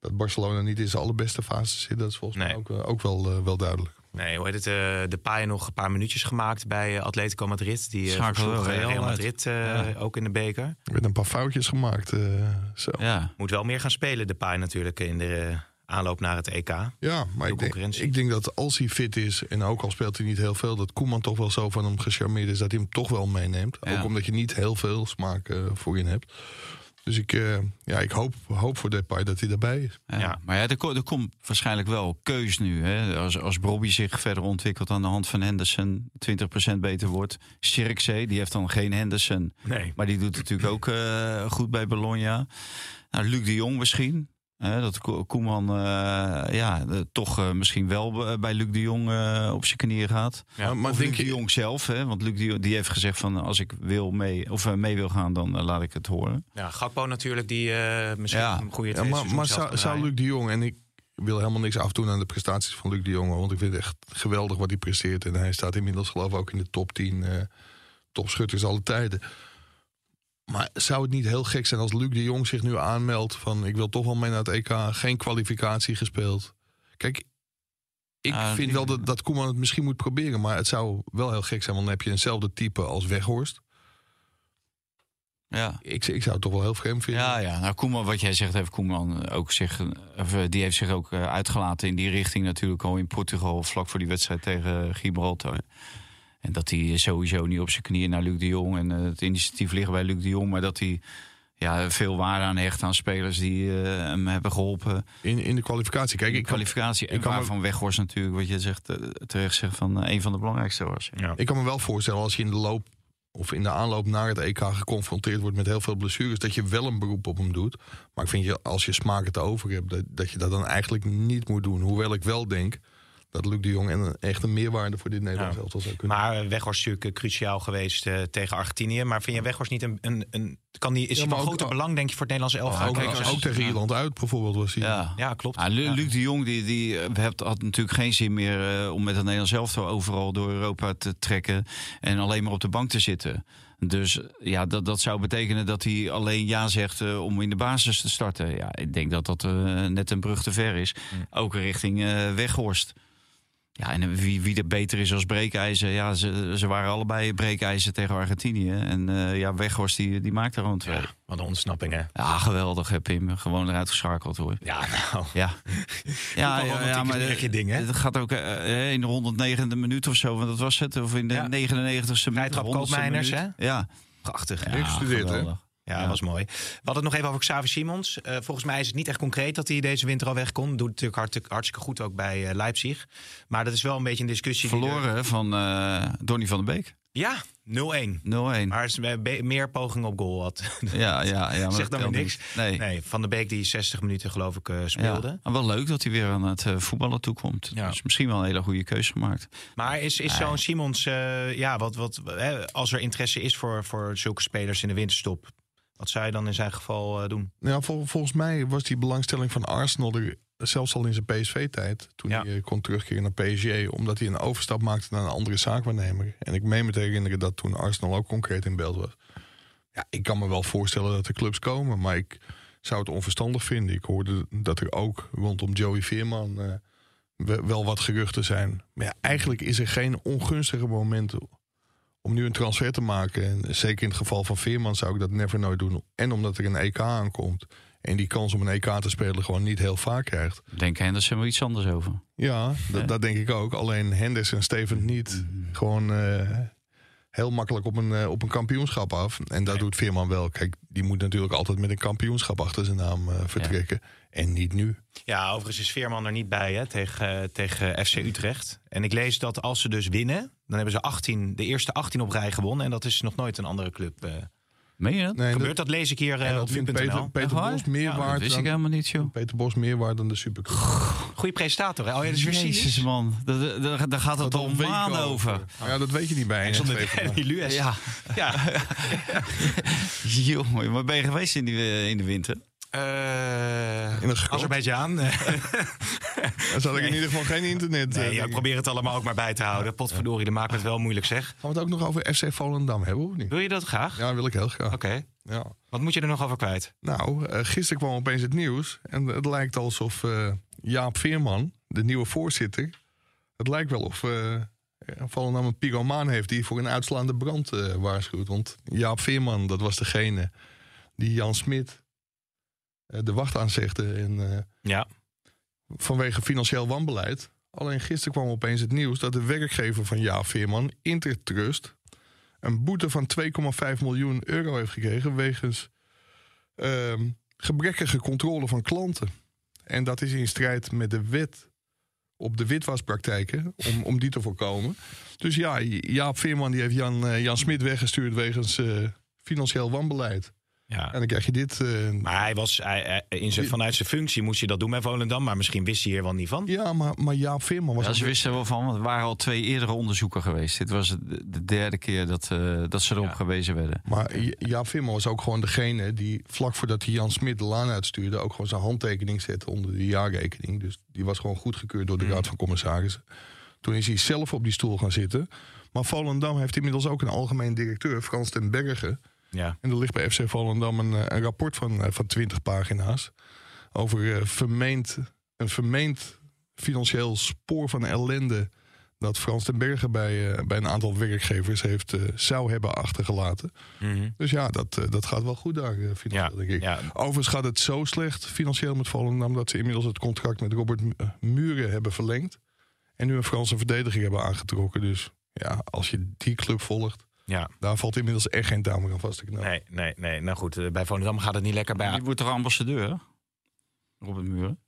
[SPEAKER 4] dat Barcelona niet in zijn allerbeste fase zit, dat is volgens
[SPEAKER 3] Nee.
[SPEAKER 4] mij ook, eh, ook wel, eh, wel duidelijk.
[SPEAKER 3] Nee, hoe heet het? eh, de Paaien nog een paar minuutjes gemaakt bij eh, Atletico Madrid. Die eh,
[SPEAKER 5] Schakelde
[SPEAKER 3] versloeg, eh,
[SPEAKER 5] Real
[SPEAKER 3] Real
[SPEAKER 5] uit.
[SPEAKER 3] Madrid eh, ook in de beker.
[SPEAKER 4] Er werden een paar foutjes gemaakt. eh, zo. Ja.
[SPEAKER 5] Ja.
[SPEAKER 3] Moet wel meer gaan spelen, de Paaien natuurlijk, in de eh, aanloop naar het EK.
[SPEAKER 4] maar ik denk,
[SPEAKER 3] concurrentie.
[SPEAKER 4] ik denk dat als hij fit is, en ook al speelt hij niet heel veel, dat Koeman toch wel zo van hem gecharmeerd is dat hij hem toch wel meeneemt.
[SPEAKER 5] Ja.
[SPEAKER 4] Ook omdat je niet heel veel smaak eh, voor je hebt. Dus ik, eh, ja, ik hoop, hoop voor Depay dat hij daarbij is.
[SPEAKER 5] Ja.
[SPEAKER 3] Ja.
[SPEAKER 5] Maar ja, er, ko- er komt waarschijnlijk wel keus nu. Hè? Als, als Bobby zich verder ontwikkelt aan de hand van Henderson, 20% beter wordt. Zirkzee, die heeft dan geen Henderson.
[SPEAKER 3] Nee.
[SPEAKER 5] Maar die doet het natuurlijk ook eh, goed bij Bologna. Nou, Luc de Jong misschien. Hè, dat Ko- Koeman eh, ja, eh, toch eh, misschien wel be- bij Luc de Jong eh, op zijn knieën gaat.
[SPEAKER 3] Ja,
[SPEAKER 5] maar Luc de Jong zelf, hè, want Luc de Jong die heeft gezegd van als ik wil mee, of, eh, mee wil gaan, dan eh, laat ik het horen.
[SPEAKER 3] Ja, Gakpo natuurlijk, die eh, misschien
[SPEAKER 5] Ja.
[SPEAKER 3] een goede
[SPEAKER 4] Ja,
[SPEAKER 3] twee
[SPEAKER 5] dus
[SPEAKER 4] maar
[SPEAKER 3] seizoenen
[SPEAKER 4] maar
[SPEAKER 3] zelf
[SPEAKER 4] zou,
[SPEAKER 3] kan
[SPEAKER 4] zou
[SPEAKER 3] draaien.
[SPEAKER 4] Luc de Jong, en ik wil helemaal niks afdoen aan de prestaties van Luc de Jong, hoor, want ik vind het echt geweldig wat hij presteert. En hij staat inmiddels geloof ik ook in de top 10 eh topschutters alle tijden. Maar zou het niet heel gek zijn als Luc de Jong zich nu aanmeldt van ik wil toch wel mee naar het EK, geen kwalificatie gespeeld. Kijk, ik
[SPEAKER 5] Ah,
[SPEAKER 4] vind
[SPEAKER 5] die-
[SPEAKER 4] wel dat, dat Koeman het misschien moet proberen, maar het zou wel heel gek zijn, want dan heb je eenzelfde type als Weghorst.
[SPEAKER 5] Ja.
[SPEAKER 4] Ik, ik zou het toch wel heel vreemd vinden.
[SPEAKER 5] Ja, ja, nou Koeman, wat jij zegt, heeft Koeman ook zich, of, eh, die heeft zich ook eh, uitgelaten in die richting natuurlijk al in Portugal, vlak voor die wedstrijd tegen Gibraltar. En dat hij sowieso niet op zijn knieën naar Luc de Jong en eh, het initiatief ligt bij Luc de Jong, maar dat hij ja, veel waarde aan hecht aan spelers die eh, hem hebben geholpen.
[SPEAKER 4] In, in de kwalificatie. Kijk,
[SPEAKER 5] In de
[SPEAKER 4] ik kan,
[SPEAKER 5] kwalificatie. En
[SPEAKER 4] ik kan me-
[SPEAKER 5] waarvan Weghorst natuurlijk, wat je zegt, eh, terecht zegt, van eh, een van de belangrijkste was.
[SPEAKER 3] Ja.
[SPEAKER 4] Ik kan me wel voorstellen als je in de loop of in de aanloop naar het EK geconfronteerd wordt met heel veel blessures, dat je wel een beroep op hem doet. Maar ik vind je, als je smaak het over hebt, dat, dat je dat dan eigenlijk niet moet doen. Hoewel ik wel denk dat Luc de Jong en een, echt een meerwaarde voor dit Nederlands
[SPEAKER 3] Ja.
[SPEAKER 4] elftal zou kunnen.
[SPEAKER 3] Maar eh, Weghorst is natuurlijk eh, cruciaal geweest eh, tegen Argentinië. Maar vind je Weghorst niet een... een, een kan die, is
[SPEAKER 4] Ja,
[SPEAKER 3] hij
[SPEAKER 4] maar
[SPEAKER 3] van
[SPEAKER 4] ook-
[SPEAKER 3] groter belang, denk je, voor het Nederlandse elftal?
[SPEAKER 4] ook,
[SPEAKER 3] Kijk, als-
[SPEAKER 4] ook tegen Ierland uit bijvoorbeeld was hij.
[SPEAKER 5] Ja.
[SPEAKER 3] Ja, klopt.
[SPEAKER 5] Ah, Lu- Luc de Jong die, die eh, hebt, had natuurlijk geen zin meer eh, om met het Nederlands elftal overal door Europa te trekken en alleen maar op de bank te zitten. Dus eh, ja, dat, dat zou betekenen dat hij alleen ja zegt eh, om in de basis te starten. Ja, ik denk dat dat eh, net een brug te ver is. Ook richting eh, Weghorst. Ja, en eh, wie, wie er beter is als breekijzer. Ja, ze, ze waren allebei breekijzer tegen Argentinië. En eh, ja, Weghorst die, die maakt er gewoon twee.
[SPEAKER 3] Ja,
[SPEAKER 5] Ja,
[SPEAKER 3] wat een ontsnapping, hè?
[SPEAKER 5] geweldig hè Pim. Gewoon eruit geschakeld hoor.
[SPEAKER 3] Ja, nou.
[SPEAKER 5] Ja. Ja,
[SPEAKER 3] wel romantiek is niet echt je ding, hè?
[SPEAKER 5] Het gaat ook eh, eh, in de 109e minuut of zo, want dat was het. Of in de
[SPEAKER 3] Ja.
[SPEAKER 5] 99e minuut.
[SPEAKER 3] Vrijtrap
[SPEAKER 5] 100ste
[SPEAKER 3] Koopmeiners,
[SPEAKER 5] minuut. Ja.
[SPEAKER 3] Prachtig.
[SPEAKER 5] ja
[SPEAKER 3] Ja,
[SPEAKER 4] Heeft gestudeerd, hè?
[SPEAKER 5] geweldig.
[SPEAKER 3] dat was mooi. We hadden het nog even over Xavi Simons. Eh, volgens mij is het niet echt concreet dat hij deze winter al weg kon. Doet natuurlijk hart- hartstikke goed ook bij eh, Leipzig. Maar dat is wel een beetje een discussie. die er-
[SPEAKER 5] Verloren van eh Donny van der Beek.
[SPEAKER 3] Ja, 0-1.
[SPEAKER 5] 0-1. Ja,
[SPEAKER 3] Maar het is, eh, be- meer pogingen op goal had.
[SPEAKER 5] ja, ja. maar
[SPEAKER 3] Zegt dan weer
[SPEAKER 5] dat telt
[SPEAKER 3] niks.
[SPEAKER 5] niet. Nee.
[SPEAKER 3] Nee, Van de Beek die 60 minuten geloof ik eh,
[SPEAKER 5] Ja.
[SPEAKER 3] speelde.
[SPEAKER 5] Maar Wel leuk dat hij weer aan het eh, voetballen toekomt.
[SPEAKER 3] Ja.
[SPEAKER 5] Dus misschien wel een hele goede keuze gemaakt.
[SPEAKER 3] Maar is, is zo'n Simons, eh, ja, wat, wat, hè, als er interesse is voor, voor zulke spelers in de winterstop, wat zou je dan in zijn geval eh, doen?
[SPEAKER 4] Nou, ja, vol- volgens mij was die belangstelling van Arsenal er zelfs al in zijn PSV-tijd. Toen
[SPEAKER 3] Ja.
[SPEAKER 4] hij eh, kon terugkeren naar PSG. Omdat hij een overstap maakte naar een andere zaakwaarnemer. En ik meen me te herinneren dat toen Arsenal ook concreet in beeld was. Ja, ik kan me wel voorstellen dat er clubs komen. Maar ik zou het onverstandig vinden. Ik hoorde dat er ook rondom Joey Veerman eh, we- wel wat geruchten zijn. Maar ja, eigenlijk is er geen ongunstiger moment om nu een transfer te maken. En zeker in het geval van Veerman zou ik dat never nooit doen. En omdat er een EK aankomt en die kans om een EK te spelen gewoon niet heel vaak krijgt.
[SPEAKER 5] Denk Henderson wel iets anders over.
[SPEAKER 4] Ja, dat, dat denk ik ook. Alleen Henderson en Steven niet
[SPEAKER 3] Mhm.
[SPEAKER 4] gewoon eh, heel makkelijk op een, eh, op een kampioenschap af. En dat doet Veerman wel. Kijk, die moet natuurlijk altijd met een kampioenschap achter zijn naam eh, vertrekken. En niet nu.
[SPEAKER 3] Ja, overigens is Veerman er niet bij hè, tegen, eh, tegen FC Utrecht. En ik lees dat als ze dus winnen, dan hebben ze 18, de eerste 18 op rij gewonnen. En dat is nog nooit een andere club eh,
[SPEAKER 5] Meen je dat?
[SPEAKER 4] Nee,
[SPEAKER 3] gebeurd. Dat lees ik hier eh,
[SPEAKER 4] en
[SPEAKER 3] op
[SPEAKER 4] dat vindt Peter,
[SPEAKER 3] nu.nl.
[SPEAKER 4] Peter
[SPEAKER 5] Echt waar?
[SPEAKER 4] Bos meer
[SPEAKER 3] Ja, dat
[SPEAKER 5] Dat
[SPEAKER 4] waard
[SPEAKER 5] wist ik
[SPEAKER 4] dan,
[SPEAKER 5] helemaal niet, joh.
[SPEAKER 4] Peter Bos meer waard dan de Supercup.
[SPEAKER 3] Goede presentator. Hè? Oh, ja, dat is weer
[SPEAKER 5] Jezus,
[SPEAKER 3] cynisch.
[SPEAKER 5] man. Daar- Daar daar gaat het
[SPEAKER 4] Dat
[SPEAKER 5] al
[SPEAKER 4] weken
[SPEAKER 5] maanden over.
[SPEAKER 4] Maar Nou Ja, dat weet je niet bij.
[SPEAKER 3] En
[SPEAKER 4] NSV
[SPEAKER 3] zonder
[SPEAKER 4] vandaag.
[SPEAKER 3] Danny Lues.
[SPEAKER 5] Ja.
[SPEAKER 3] Ja.
[SPEAKER 5] Jongen, waar ben je geweest in, die, eh, in de winter?
[SPEAKER 3] Eh,
[SPEAKER 4] In het grot.
[SPEAKER 3] Azerbeidzjan.
[SPEAKER 4] Dan zat ik in ieder geval geen internet. eh,
[SPEAKER 3] Nee, ja,
[SPEAKER 4] denk
[SPEAKER 3] ik
[SPEAKER 4] ik.
[SPEAKER 3] probeer het allemaal ook maar bij te houden. Potverdorie, dat maakt het wel moeilijk zeg.
[SPEAKER 4] Gaan we het ook nog over FC Volendam hebben, of niet?
[SPEAKER 3] Wil je dat graag?
[SPEAKER 4] Ja, wil ik heel graag.
[SPEAKER 3] Oké.
[SPEAKER 4] Ja.
[SPEAKER 3] Wat moet je er nog over kwijt?
[SPEAKER 4] Nou, eh, gisteren kwam opeens het nieuws. En het lijkt alsof eh, Jaap Veerman, de nieuwe voorzitter. Het lijkt wel of eh Volendam een pyromaan heeft die voor een uitslaande brand eh, waarschuwt. Want Jaap Veerman, dat was degene die Jan Smit eh, de wacht aanzegde. En, eh,
[SPEAKER 3] Ja.
[SPEAKER 4] vanwege financieel wanbeleid. Alleen gisteren kwam opeens het nieuws dat de werkgever van Jaap Veerman, Intertrust, een boete van 2,5 miljoen euro heeft gekregen wegens ehm, gebrekkige controle van klanten. En dat is in strijd met de wet op de witwaspraktijken, om, om die te voorkomen. Dus ja, Jaap Veerman die heeft Jan, eh, Jan Smit weggestuurd wegens eh, financieel wanbeleid.
[SPEAKER 3] ja.
[SPEAKER 4] En dan krijg je dit. eh,
[SPEAKER 3] Maar hij was, hij- hij- in zijn, vanuit zijn functie moest hij dat doen bij Volendam. Maar misschien wist hij hier wel niet van.
[SPEAKER 4] ja, maar, maar Jaap Veerman was
[SPEAKER 5] Ja, ze
[SPEAKER 4] een-
[SPEAKER 5] wisten er wel van, want er waren al twee eerdere onderzoeken geweest. Dit was de de derde keer dat, eh, dat ze erop gewezen werden.
[SPEAKER 4] Maar Ja- Jaap Vimmer was ook gewoon degene die vlak voordat hij Jan Smit de laan uitstuurde... ook gewoon zijn handtekening zette onder de jaarrekening. Dus die was gewoon goedgekeurd door de Raad van Commissarissen. Toen is hij zelf op die stoel gaan zitten. Maar Volendam heeft inmiddels ook een algemeen directeur, Frans ten Berge.
[SPEAKER 3] Ja.
[SPEAKER 4] En er ligt bij FC Volendam een, eh, een rapport van, eh, van 20 pagina's... over eh, vermeend, een vermeend financieel spoor van ellende... dat Frans ten Berge bij, eh, bij een aantal werkgevers heeft, eh, zou hebben achtergelaten... Dus ja, dat, eh, dat gaat wel goed daar eh, financieel,
[SPEAKER 3] Ja,
[SPEAKER 4] denk ik.
[SPEAKER 3] ja.
[SPEAKER 4] Overigens gaat het zo slecht financieel met Volendam... dat ze inmiddels het contract met Robert M- eh, Muren hebben verlengd. En nu een Franse verdediger hebben aangetrokken. Dus ja, als je die club volgt,
[SPEAKER 3] ja.
[SPEAKER 4] daar valt inmiddels echt geen touw meer aan vast te knopen.
[SPEAKER 3] Nee, nee, nee. Nou goed, eh, bij Volendam gaat het niet lekker. Bij
[SPEAKER 5] Die wordt toch ambassadeur? Robert Muren?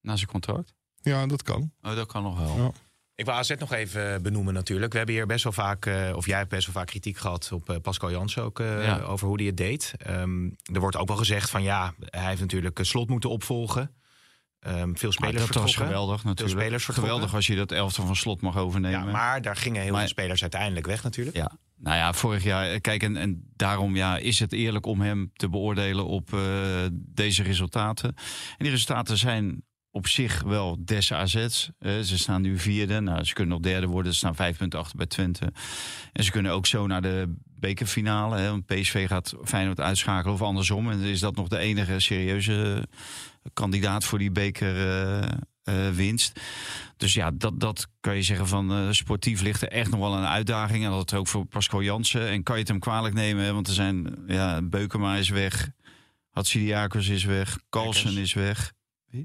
[SPEAKER 5] Na zijn contract?
[SPEAKER 4] Ja, dat kan.
[SPEAKER 5] Oh, dat kan nog wel.
[SPEAKER 4] Ja.
[SPEAKER 3] Ik wil AZ nog even eh, benoemen natuurlijk. We hebben hier best wel vaak, eh, of jij hebt best wel vaak kritiek gehad op eh, Pascal Jans ook eh,
[SPEAKER 5] Ja.
[SPEAKER 3] over hoe hij het deed. Ehm, er wordt ook wel gezegd van ja, hij heeft natuurlijk een slot moeten opvolgen. Ehm, veel
[SPEAKER 5] Maar
[SPEAKER 3] spelers
[SPEAKER 5] dat was
[SPEAKER 3] vertrokken.
[SPEAKER 5] geweldig natuurlijk.
[SPEAKER 3] spelers vertrokken.
[SPEAKER 5] geweldig als je dat elftal van slot mag
[SPEAKER 3] Ja,
[SPEAKER 5] overnemen.
[SPEAKER 3] maar daar gingen heel
[SPEAKER 5] Maar-
[SPEAKER 3] veel spelers uiteindelijk weg natuurlijk.
[SPEAKER 5] Ja. Nou ja, vorig jaar, eh, kijk, en, en daarom ja, is het eerlijk om hem te beoordelen op eh, deze resultaten. En die resultaten zijn op zich wel des AZ's. Eh, ze staan nu vierde, nou, ze kunnen nog derde worden, ze staan vijf punten achter bij Twente. En ze kunnen ook zo naar de bekerfinale, hè, want PSV gaat Feyenoord uitschakelen of andersom. En dan is dat nog de enige serieuze kandidaat voor die bekerwinst. Dus ja, dat, dat kan je zeggen van eh, sportief ligt er echt nog wel een uitdaging. En dat ook voor Pascal Jansen. En kan je het hem kwalijk nemen? hè? Want er zijn, ja, Beukema is weg. Hatsidiakos is weg. Carlsen
[SPEAKER 3] Kerkers.
[SPEAKER 5] is weg.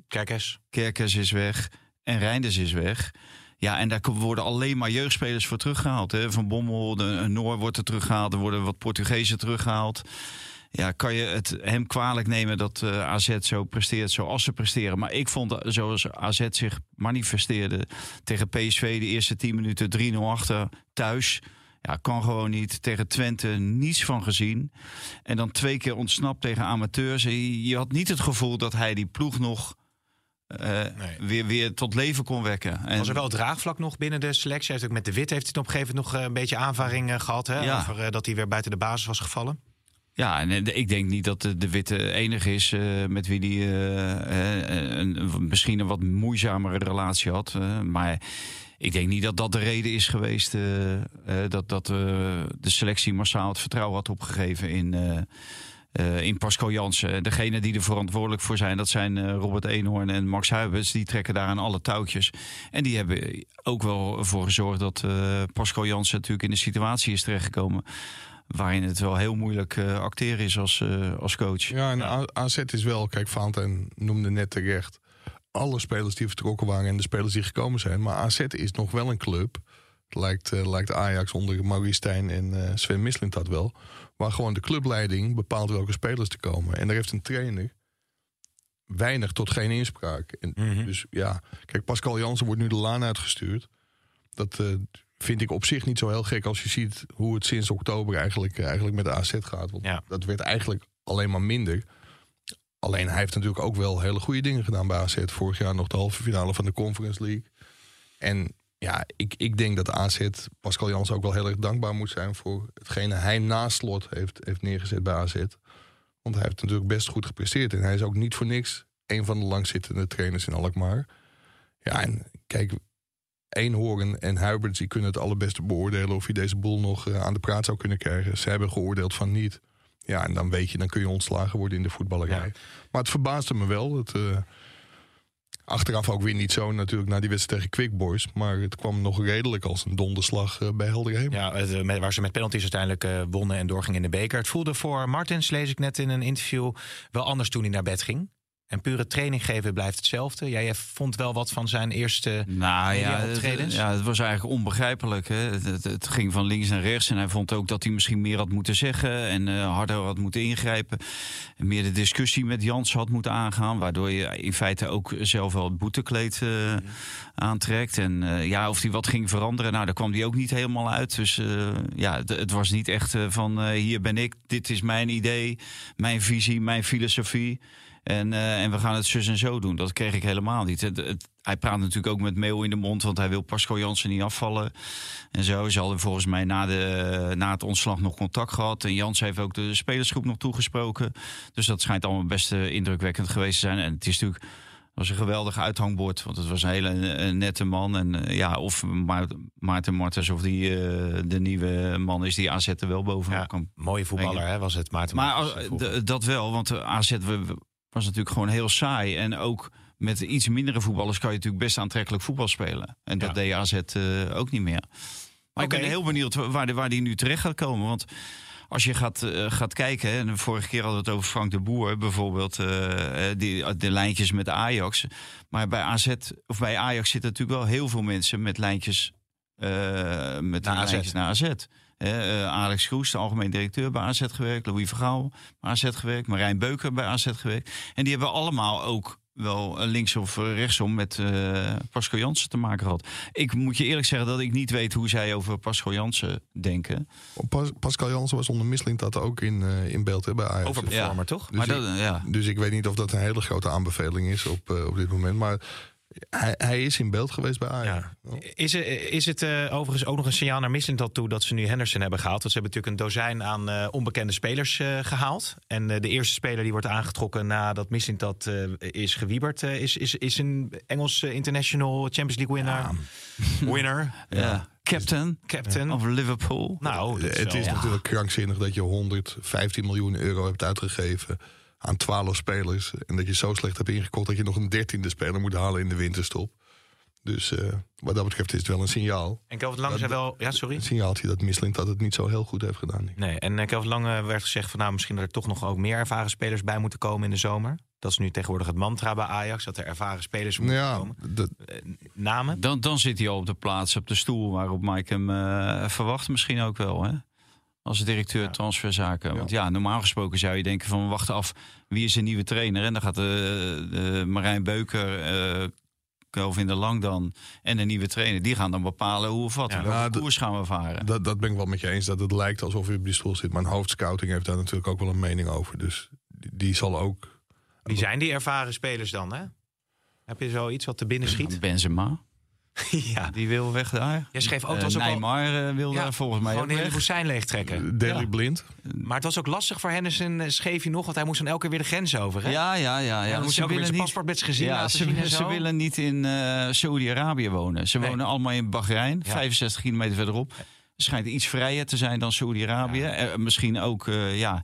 [SPEAKER 3] Kijk eens.
[SPEAKER 5] Kerkers is weg. En Reinders is weg. Ja, en daar worden alleen maar jeugdspelers voor teruggehaald. Hè? Van Bommel, de, een Noor wordt er teruggehaald. Er worden wat Portugezen teruggehaald. Ja, kan je het hem kwalijk nemen dat eh, AZ zo presteert zoals ze presteren? Maar ik vond, eh, zoals AZ zich manifesteerde tegen PSV... de eerste 10 minuten 3-0 achter thuis... Ja, kan gewoon niet. Tegen Twente niets van gezien. En dan twee keer ontsnapt tegen amateurs. Je je had niet het gevoel dat hij die ploeg nog eh,
[SPEAKER 3] Nee.
[SPEAKER 5] weer, weer tot leven kon wekken. En,
[SPEAKER 3] Was er wel het draagvlak nog binnen de selectie? Hij Heeft ook met de Wit heeft het op een gegeven moment nog eh, een beetje aanvaring eh, gehad. Hè?
[SPEAKER 5] Ja.
[SPEAKER 3] Over eh, dat hij weer buiten de basis was gevallen.
[SPEAKER 5] Ja, en eh, de- ik denk niet dat de, de Witte enig is eh, met wie die eh, eh, een, een- misschien een wat moeizamere relatie had. eh, maar ik denk niet dat dat de reden is geweest eh, eh, dat, dat eh, de selectie massaal het vertrouwen had opgegeven in, eh, eh, in Pasco Jansen. Degene die er verantwoordelijk voor zijn, dat zijn eh, Robert Eenhoorn en Max Huibers. Die trekken daar aan alle touwtjes. En die hebben ook wel voor gezorgd dat eh, Pasco Jansen natuurlijk in de situatie is terechtgekomen. Waarin het wel heel moeilijk eh, acteren is als, eh, als coach.
[SPEAKER 4] Ja, en A- AZ is wel, kijk, Valentijn noemde net terecht alle spelers die vertrokken waren en de spelers die gekomen zijn. Maar AZ is nog wel een club. Het Lijkt, eh, lijkt Ajax onder Maurice Stijn en eh, Sven Mislint dat wel. Waar gewoon de clubleiding bepaalt welke spelers te komen. En daar heeft een trainer weinig tot geen inspraak. En
[SPEAKER 3] Mhm.
[SPEAKER 4] Dus ja, kijk, Pascal Jansen wordt nu de laan uitgestuurd. Dat eh, vind ik op zich niet zo heel gek als je ziet hoe het sinds oktober eigenlijk, eh, eigenlijk met de AZ gaat. Want
[SPEAKER 3] Ja.
[SPEAKER 4] dat werd eigenlijk alleen maar minder. Alleen hij heeft natuurlijk ook wel hele goede dingen gedaan bij AZ. Vorig jaar nog de halve finale van de Conference League. En ja, ik, ik denk dat AZ Pascal Jansen ook wel heel erg dankbaar moet zijn... voor hetgene hij na slot heeft, heeft neergezet bij AZ. Want hij heeft natuurlijk best goed gepresteerd. En hij is ook niet voor niks een van de langzittende trainers in Alkmaar. Ja, en kijk, Eenhoorn en Huiberts die kunnen het allerbeste beoordelen... of je deze boel nog eh, aan de praat zou kunnen krijgen. Ze hebben geoordeeld van niet. Ja, en dan weet je, dan kun je ontslagen worden in de voetballerij.
[SPEAKER 3] Ja.
[SPEAKER 4] Maar het verbaasde me wel. Het, eh, achteraf ook weer niet zo natuurlijk na die wedstrijd tegen Quick Boys. Maar het kwam nog redelijk als een donderslag eh, bij Helder Heem.
[SPEAKER 3] Ja, het, eh, met- waar ze met penalties uiteindelijk eh, wonnen en doorgingen in de beker. Het voelde voor Martens, lees ik net in een interview, wel anders toen hij naar bed ging. En pure training geven blijft hetzelfde. Jij vond wel wat van zijn eerste...
[SPEAKER 5] Nou
[SPEAKER 3] Media
[SPEAKER 5] ja het,
[SPEAKER 3] optredens?
[SPEAKER 5] ja, het was eigenlijk onbegrijpelijk. Hè? Het, het, het ging van links naar rechts. En hij vond ook dat hij misschien meer had moeten zeggen. En eh, harder had moeten ingrijpen. En meer de discussie met Jans had moeten aangaan. Waardoor je in feite ook zelf wel het boetekleed eh, aantrekt. En eh, ja, of hij wat ging veranderen. Nou, daar kwam hij ook niet helemaal uit. Dus eh, ja, het, het was niet echt eh, van eh, hier ben ik. Dit is mijn idee, mijn visie, mijn filosofie. En, eh, en we gaan het zus en zo doen. Dat kreeg ik helemaal niet. Het, het- hij praat natuurlijk ook met meel in de mond, want hij wil Pascal Jansen niet afvallen. En zo. Ze hadden volgens mij na, de, na het ontslag nog contact gehad. En Jans heeft ook de spelersgroep nog toegesproken. Dus dat schijnt allemaal best eh, indrukwekkend geweest te zijn. En het is natuurlijk het was een geweldig uithangbord. Want het was een hele eh, nette man. En eh, ja, of Ma- Maarten Martens of die eh, de nieuwe man is die AZ er wel bovenop
[SPEAKER 3] Ja,
[SPEAKER 5] kan
[SPEAKER 3] mooie voetballer hè, was het, Maarten.
[SPEAKER 5] maar
[SPEAKER 3] Martens,
[SPEAKER 5] als-
[SPEAKER 3] vroeger.
[SPEAKER 5] d- dat wel, want eh, AZ we- we- was natuurlijk gewoon heel saai. En ook met iets mindere voetballers kan je natuurlijk best aantrekkelijk voetbal spelen. En dat
[SPEAKER 3] Ja.
[SPEAKER 5] deed AZ eh, ook niet meer. Maar
[SPEAKER 3] Oké.
[SPEAKER 5] ik ben heel benieuwd wa- waar, de- waar die nu terecht gaat komen. Want als je gaat, eh, gaat kijken, hè, en de vorige keer hadden we het over Frank de Boer bijvoorbeeld, eh, eh, die, de lijntjes met Ajax. Maar bij AZ of bij Ajax zitten natuurlijk wel heel veel mensen met lijntjes, eh, met
[SPEAKER 3] Naar AZ.
[SPEAKER 5] naar AZ. Lijntjes naar AZ. Hè, eh, Alex Kroes, de algemeen directeur bij AZ gewerkt, Louis Vergaal bij AZ gewerkt, Marijn Beuker bij AZ gewerkt. En die hebben allemaal ook wel eh, links of eh, rechtsom met eh Pascal Jansen te maken gehad. Ik moet je eerlijk zeggen dat ik niet weet hoe zij over Pascal Jansen denken.
[SPEAKER 4] Pas- Pascal Jansen was onder Misling dat ook in, eh, in beeld hè, bij Ajax.
[SPEAKER 3] Overperformer,
[SPEAKER 5] Ja.
[SPEAKER 3] toch?
[SPEAKER 5] maar
[SPEAKER 4] ik-
[SPEAKER 5] dat, ja.
[SPEAKER 4] Dus ik weet niet of dat een hele grote aanbeveling is op, eh, op dit moment. Maar hij, hij is in beeld geweest bij Ajax.
[SPEAKER 3] Ja. Is, er- is het eh, overigens ook nog een signaal naar Mislintat toe dat ze nu Henderson hebben gehaald? Want ze hebben natuurlijk een dozijn aan eh, onbekende spelers eh, gehaald. En eh, de eerste speler die wordt aangetrokken nadat Mislintat eh is gewieberd, eh, is, is, is een Engels eh, international Champions League winnaar. Winner,
[SPEAKER 5] Ja. Dus- Captain
[SPEAKER 3] captain.
[SPEAKER 5] of Liverpool.
[SPEAKER 3] Nou, dat is
[SPEAKER 4] Eh, het
[SPEAKER 3] wel-
[SPEAKER 4] is natuurlijk krankzinnig dat je 115 miljoen euro hebt uitgegeven aan 12 spelers. En dat je zo slecht hebt ingekocht dat je nog een dertiende speler moet halen in de winterstop. Dus eh, wat dat betreft is het wel een signaal.
[SPEAKER 3] En Kelvin Lang zei wel... Ja, sorry.
[SPEAKER 4] Een signaaltje dat Misling dat het niet zo heel goed heeft gedaan.
[SPEAKER 3] Nee, en eh, Kelvin Lang eh, werd gezegd van nou, misschien dat er toch nog ook meer ervaren spelers bij moeten komen in de zomer. Dat is nu tegenwoordig het mantra bij Ajax, dat er ervaren spelers
[SPEAKER 4] Nou
[SPEAKER 3] moeten
[SPEAKER 4] ja,
[SPEAKER 3] komen.
[SPEAKER 4] dat,
[SPEAKER 3] Namen?
[SPEAKER 5] Dan, dan zit hij al op de plaats, op de stoel waarop Mike hem eh, verwacht misschien ook wel. Hè? Als directeur transferzaken. Want ja, normaal gesproken zou je denken van we wachten af wie is de nieuwe trainer. En dan gaat de, de Marijn Beuker, eh Kelvin de Lang dan en de nieuwe trainer. Die gaan dan bepalen hoe of wat. welke
[SPEAKER 4] nou, dat-
[SPEAKER 5] koers gaan we varen.
[SPEAKER 4] dat, dat ben ik wel met je eens. Dat het lijkt alsof je op die stoel zit. Maar een hoofdscouting heeft daar natuurlijk ook wel een mening over. Dus die, die zal ook.
[SPEAKER 3] Wie zijn die ervaren spelers dan, hè? Heb je zoiets wat te binnen schiet?
[SPEAKER 5] Benzema,
[SPEAKER 3] ja.
[SPEAKER 5] die wil weg daar.
[SPEAKER 3] Jij schreef ook,
[SPEAKER 5] Eh,
[SPEAKER 3] was ook al-
[SPEAKER 5] Neymar eh, wil daar volgens mij ook Eh,
[SPEAKER 3] gewoon de hele
[SPEAKER 5] weg.
[SPEAKER 3] woestijn leegtrekken.
[SPEAKER 4] Daily
[SPEAKER 3] Ja.
[SPEAKER 4] blind.
[SPEAKER 3] Maar het was ook lastig voor Henderson, eh, scheef je nog, want hij moest dan elke keer weer de grens over. Hè?
[SPEAKER 5] Ja, ja, ja. ja.
[SPEAKER 3] dan moest
[SPEAKER 5] Ze
[SPEAKER 3] je ook weer
[SPEAKER 5] willen
[SPEAKER 3] zijn
[SPEAKER 5] niet-
[SPEAKER 3] paspoort met zijn gezin laten
[SPEAKER 5] ze,
[SPEAKER 3] zien en
[SPEAKER 5] ze
[SPEAKER 3] zo.
[SPEAKER 5] willen niet in eh Saudi-Arabië wonen. Ze
[SPEAKER 3] Nee.
[SPEAKER 5] wonen allemaal in Bahrein,
[SPEAKER 3] Ja.
[SPEAKER 5] 65 kilometer verderop. Het schijnt iets vrijer te zijn dan Saudi-Arabië. Eh, misschien ook, eh, ja...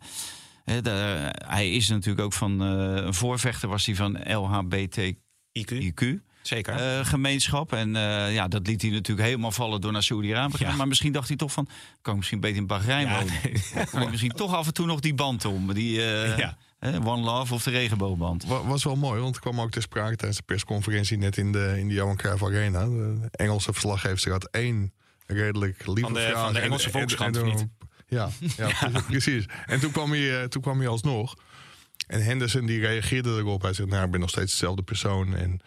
[SPEAKER 5] Hè, daar- hij is natuurlijk ook van eh, een voorvechter, was hij van LHBTIQ.
[SPEAKER 3] IQ, zeker.
[SPEAKER 5] eh, gemeenschap. En eh, ja, dat liet hij natuurlijk helemaal vallen door naar Saudi-Arabië te gaan.
[SPEAKER 3] Ja.
[SPEAKER 5] Maar misschien dacht hij toch van, kan ik misschien beter in Bahrein
[SPEAKER 3] Ja,
[SPEAKER 5] wonen.
[SPEAKER 3] nee.
[SPEAKER 5] Dan Kan ik misschien toch af en toe nog die band om. Die eh,
[SPEAKER 3] Ja.
[SPEAKER 5] eh, One Love of de regenboogband.
[SPEAKER 4] Wa- was wel mooi, want het kwam ook ter sprake tijdens de persconferentie net in de, in de Johan Cruijff Arena. De Engelse verslaggever had één redelijk lieve
[SPEAKER 3] Van de-
[SPEAKER 4] vraag
[SPEAKER 3] van de
[SPEAKER 4] en-
[SPEAKER 3] Engelse
[SPEAKER 4] en-
[SPEAKER 3] Volkskrant,
[SPEAKER 4] en-
[SPEAKER 3] of
[SPEAKER 4] en-
[SPEAKER 3] niet?
[SPEAKER 4] Ja, ja, precies. En toen kwam, hij, eh, toen kwam hij alsnog. En Henderson die reageerde erop. Hij zegt, nou, ik ben nog steeds dezelfde persoon. En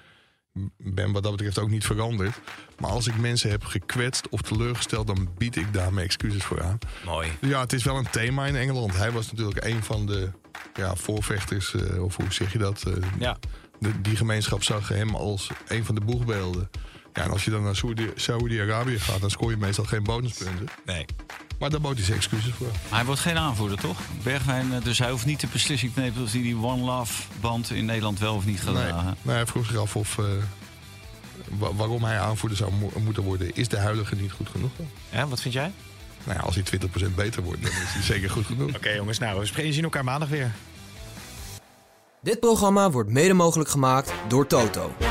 [SPEAKER 4] ben wat dat betreft ook niet veranderd. Maar als ik mensen heb gekwetst of teleurgesteld... dan bied ik daar mijn excuses voor aan.
[SPEAKER 3] Mooi.
[SPEAKER 4] Ja, het is wel een thema in Engeland. Hij was natuurlijk een van de ja, voorvechters, eh, of hoe zeg je dat? eh,
[SPEAKER 3] Ja.
[SPEAKER 4] de- die gemeenschap zag hem als een van de boegbeelden. Ja, en als je dan naar Saoedi- Saoedi-Arabië gaat, dan scoor je meestal geen bonuspunten.
[SPEAKER 3] Nee.
[SPEAKER 4] Maar daar bood hij zijn excuses voor.
[SPEAKER 5] Hij wordt geen aanvoerder, toch? Bergwijn, eh, dus hij hoeft niet de beslissing te nemen... of hij die One Love-band in Nederland wel of niet gaat
[SPEAKER 4] Nee,
[SPEAKER 5] dragen.
[SPEAKER 4] nee, hij vroeg zich af of, eh, wa- waarom hij aanvoerder zou mo- moeten worden. Is de huidige niet goed genoeg dan?
[SPEAKER 3] Ja, wat vind jij?
[SPEAKER 4] Nou ja, als hij 20% beter wordt, dan is hij zeker goed genoeg.
[SPEAKER 3] Oké jongens, nou, we spreken- zien elkaar maandag weer.
[SPEAKER 1] Dit programma wordt mede mogelijk gemaakt door Toto.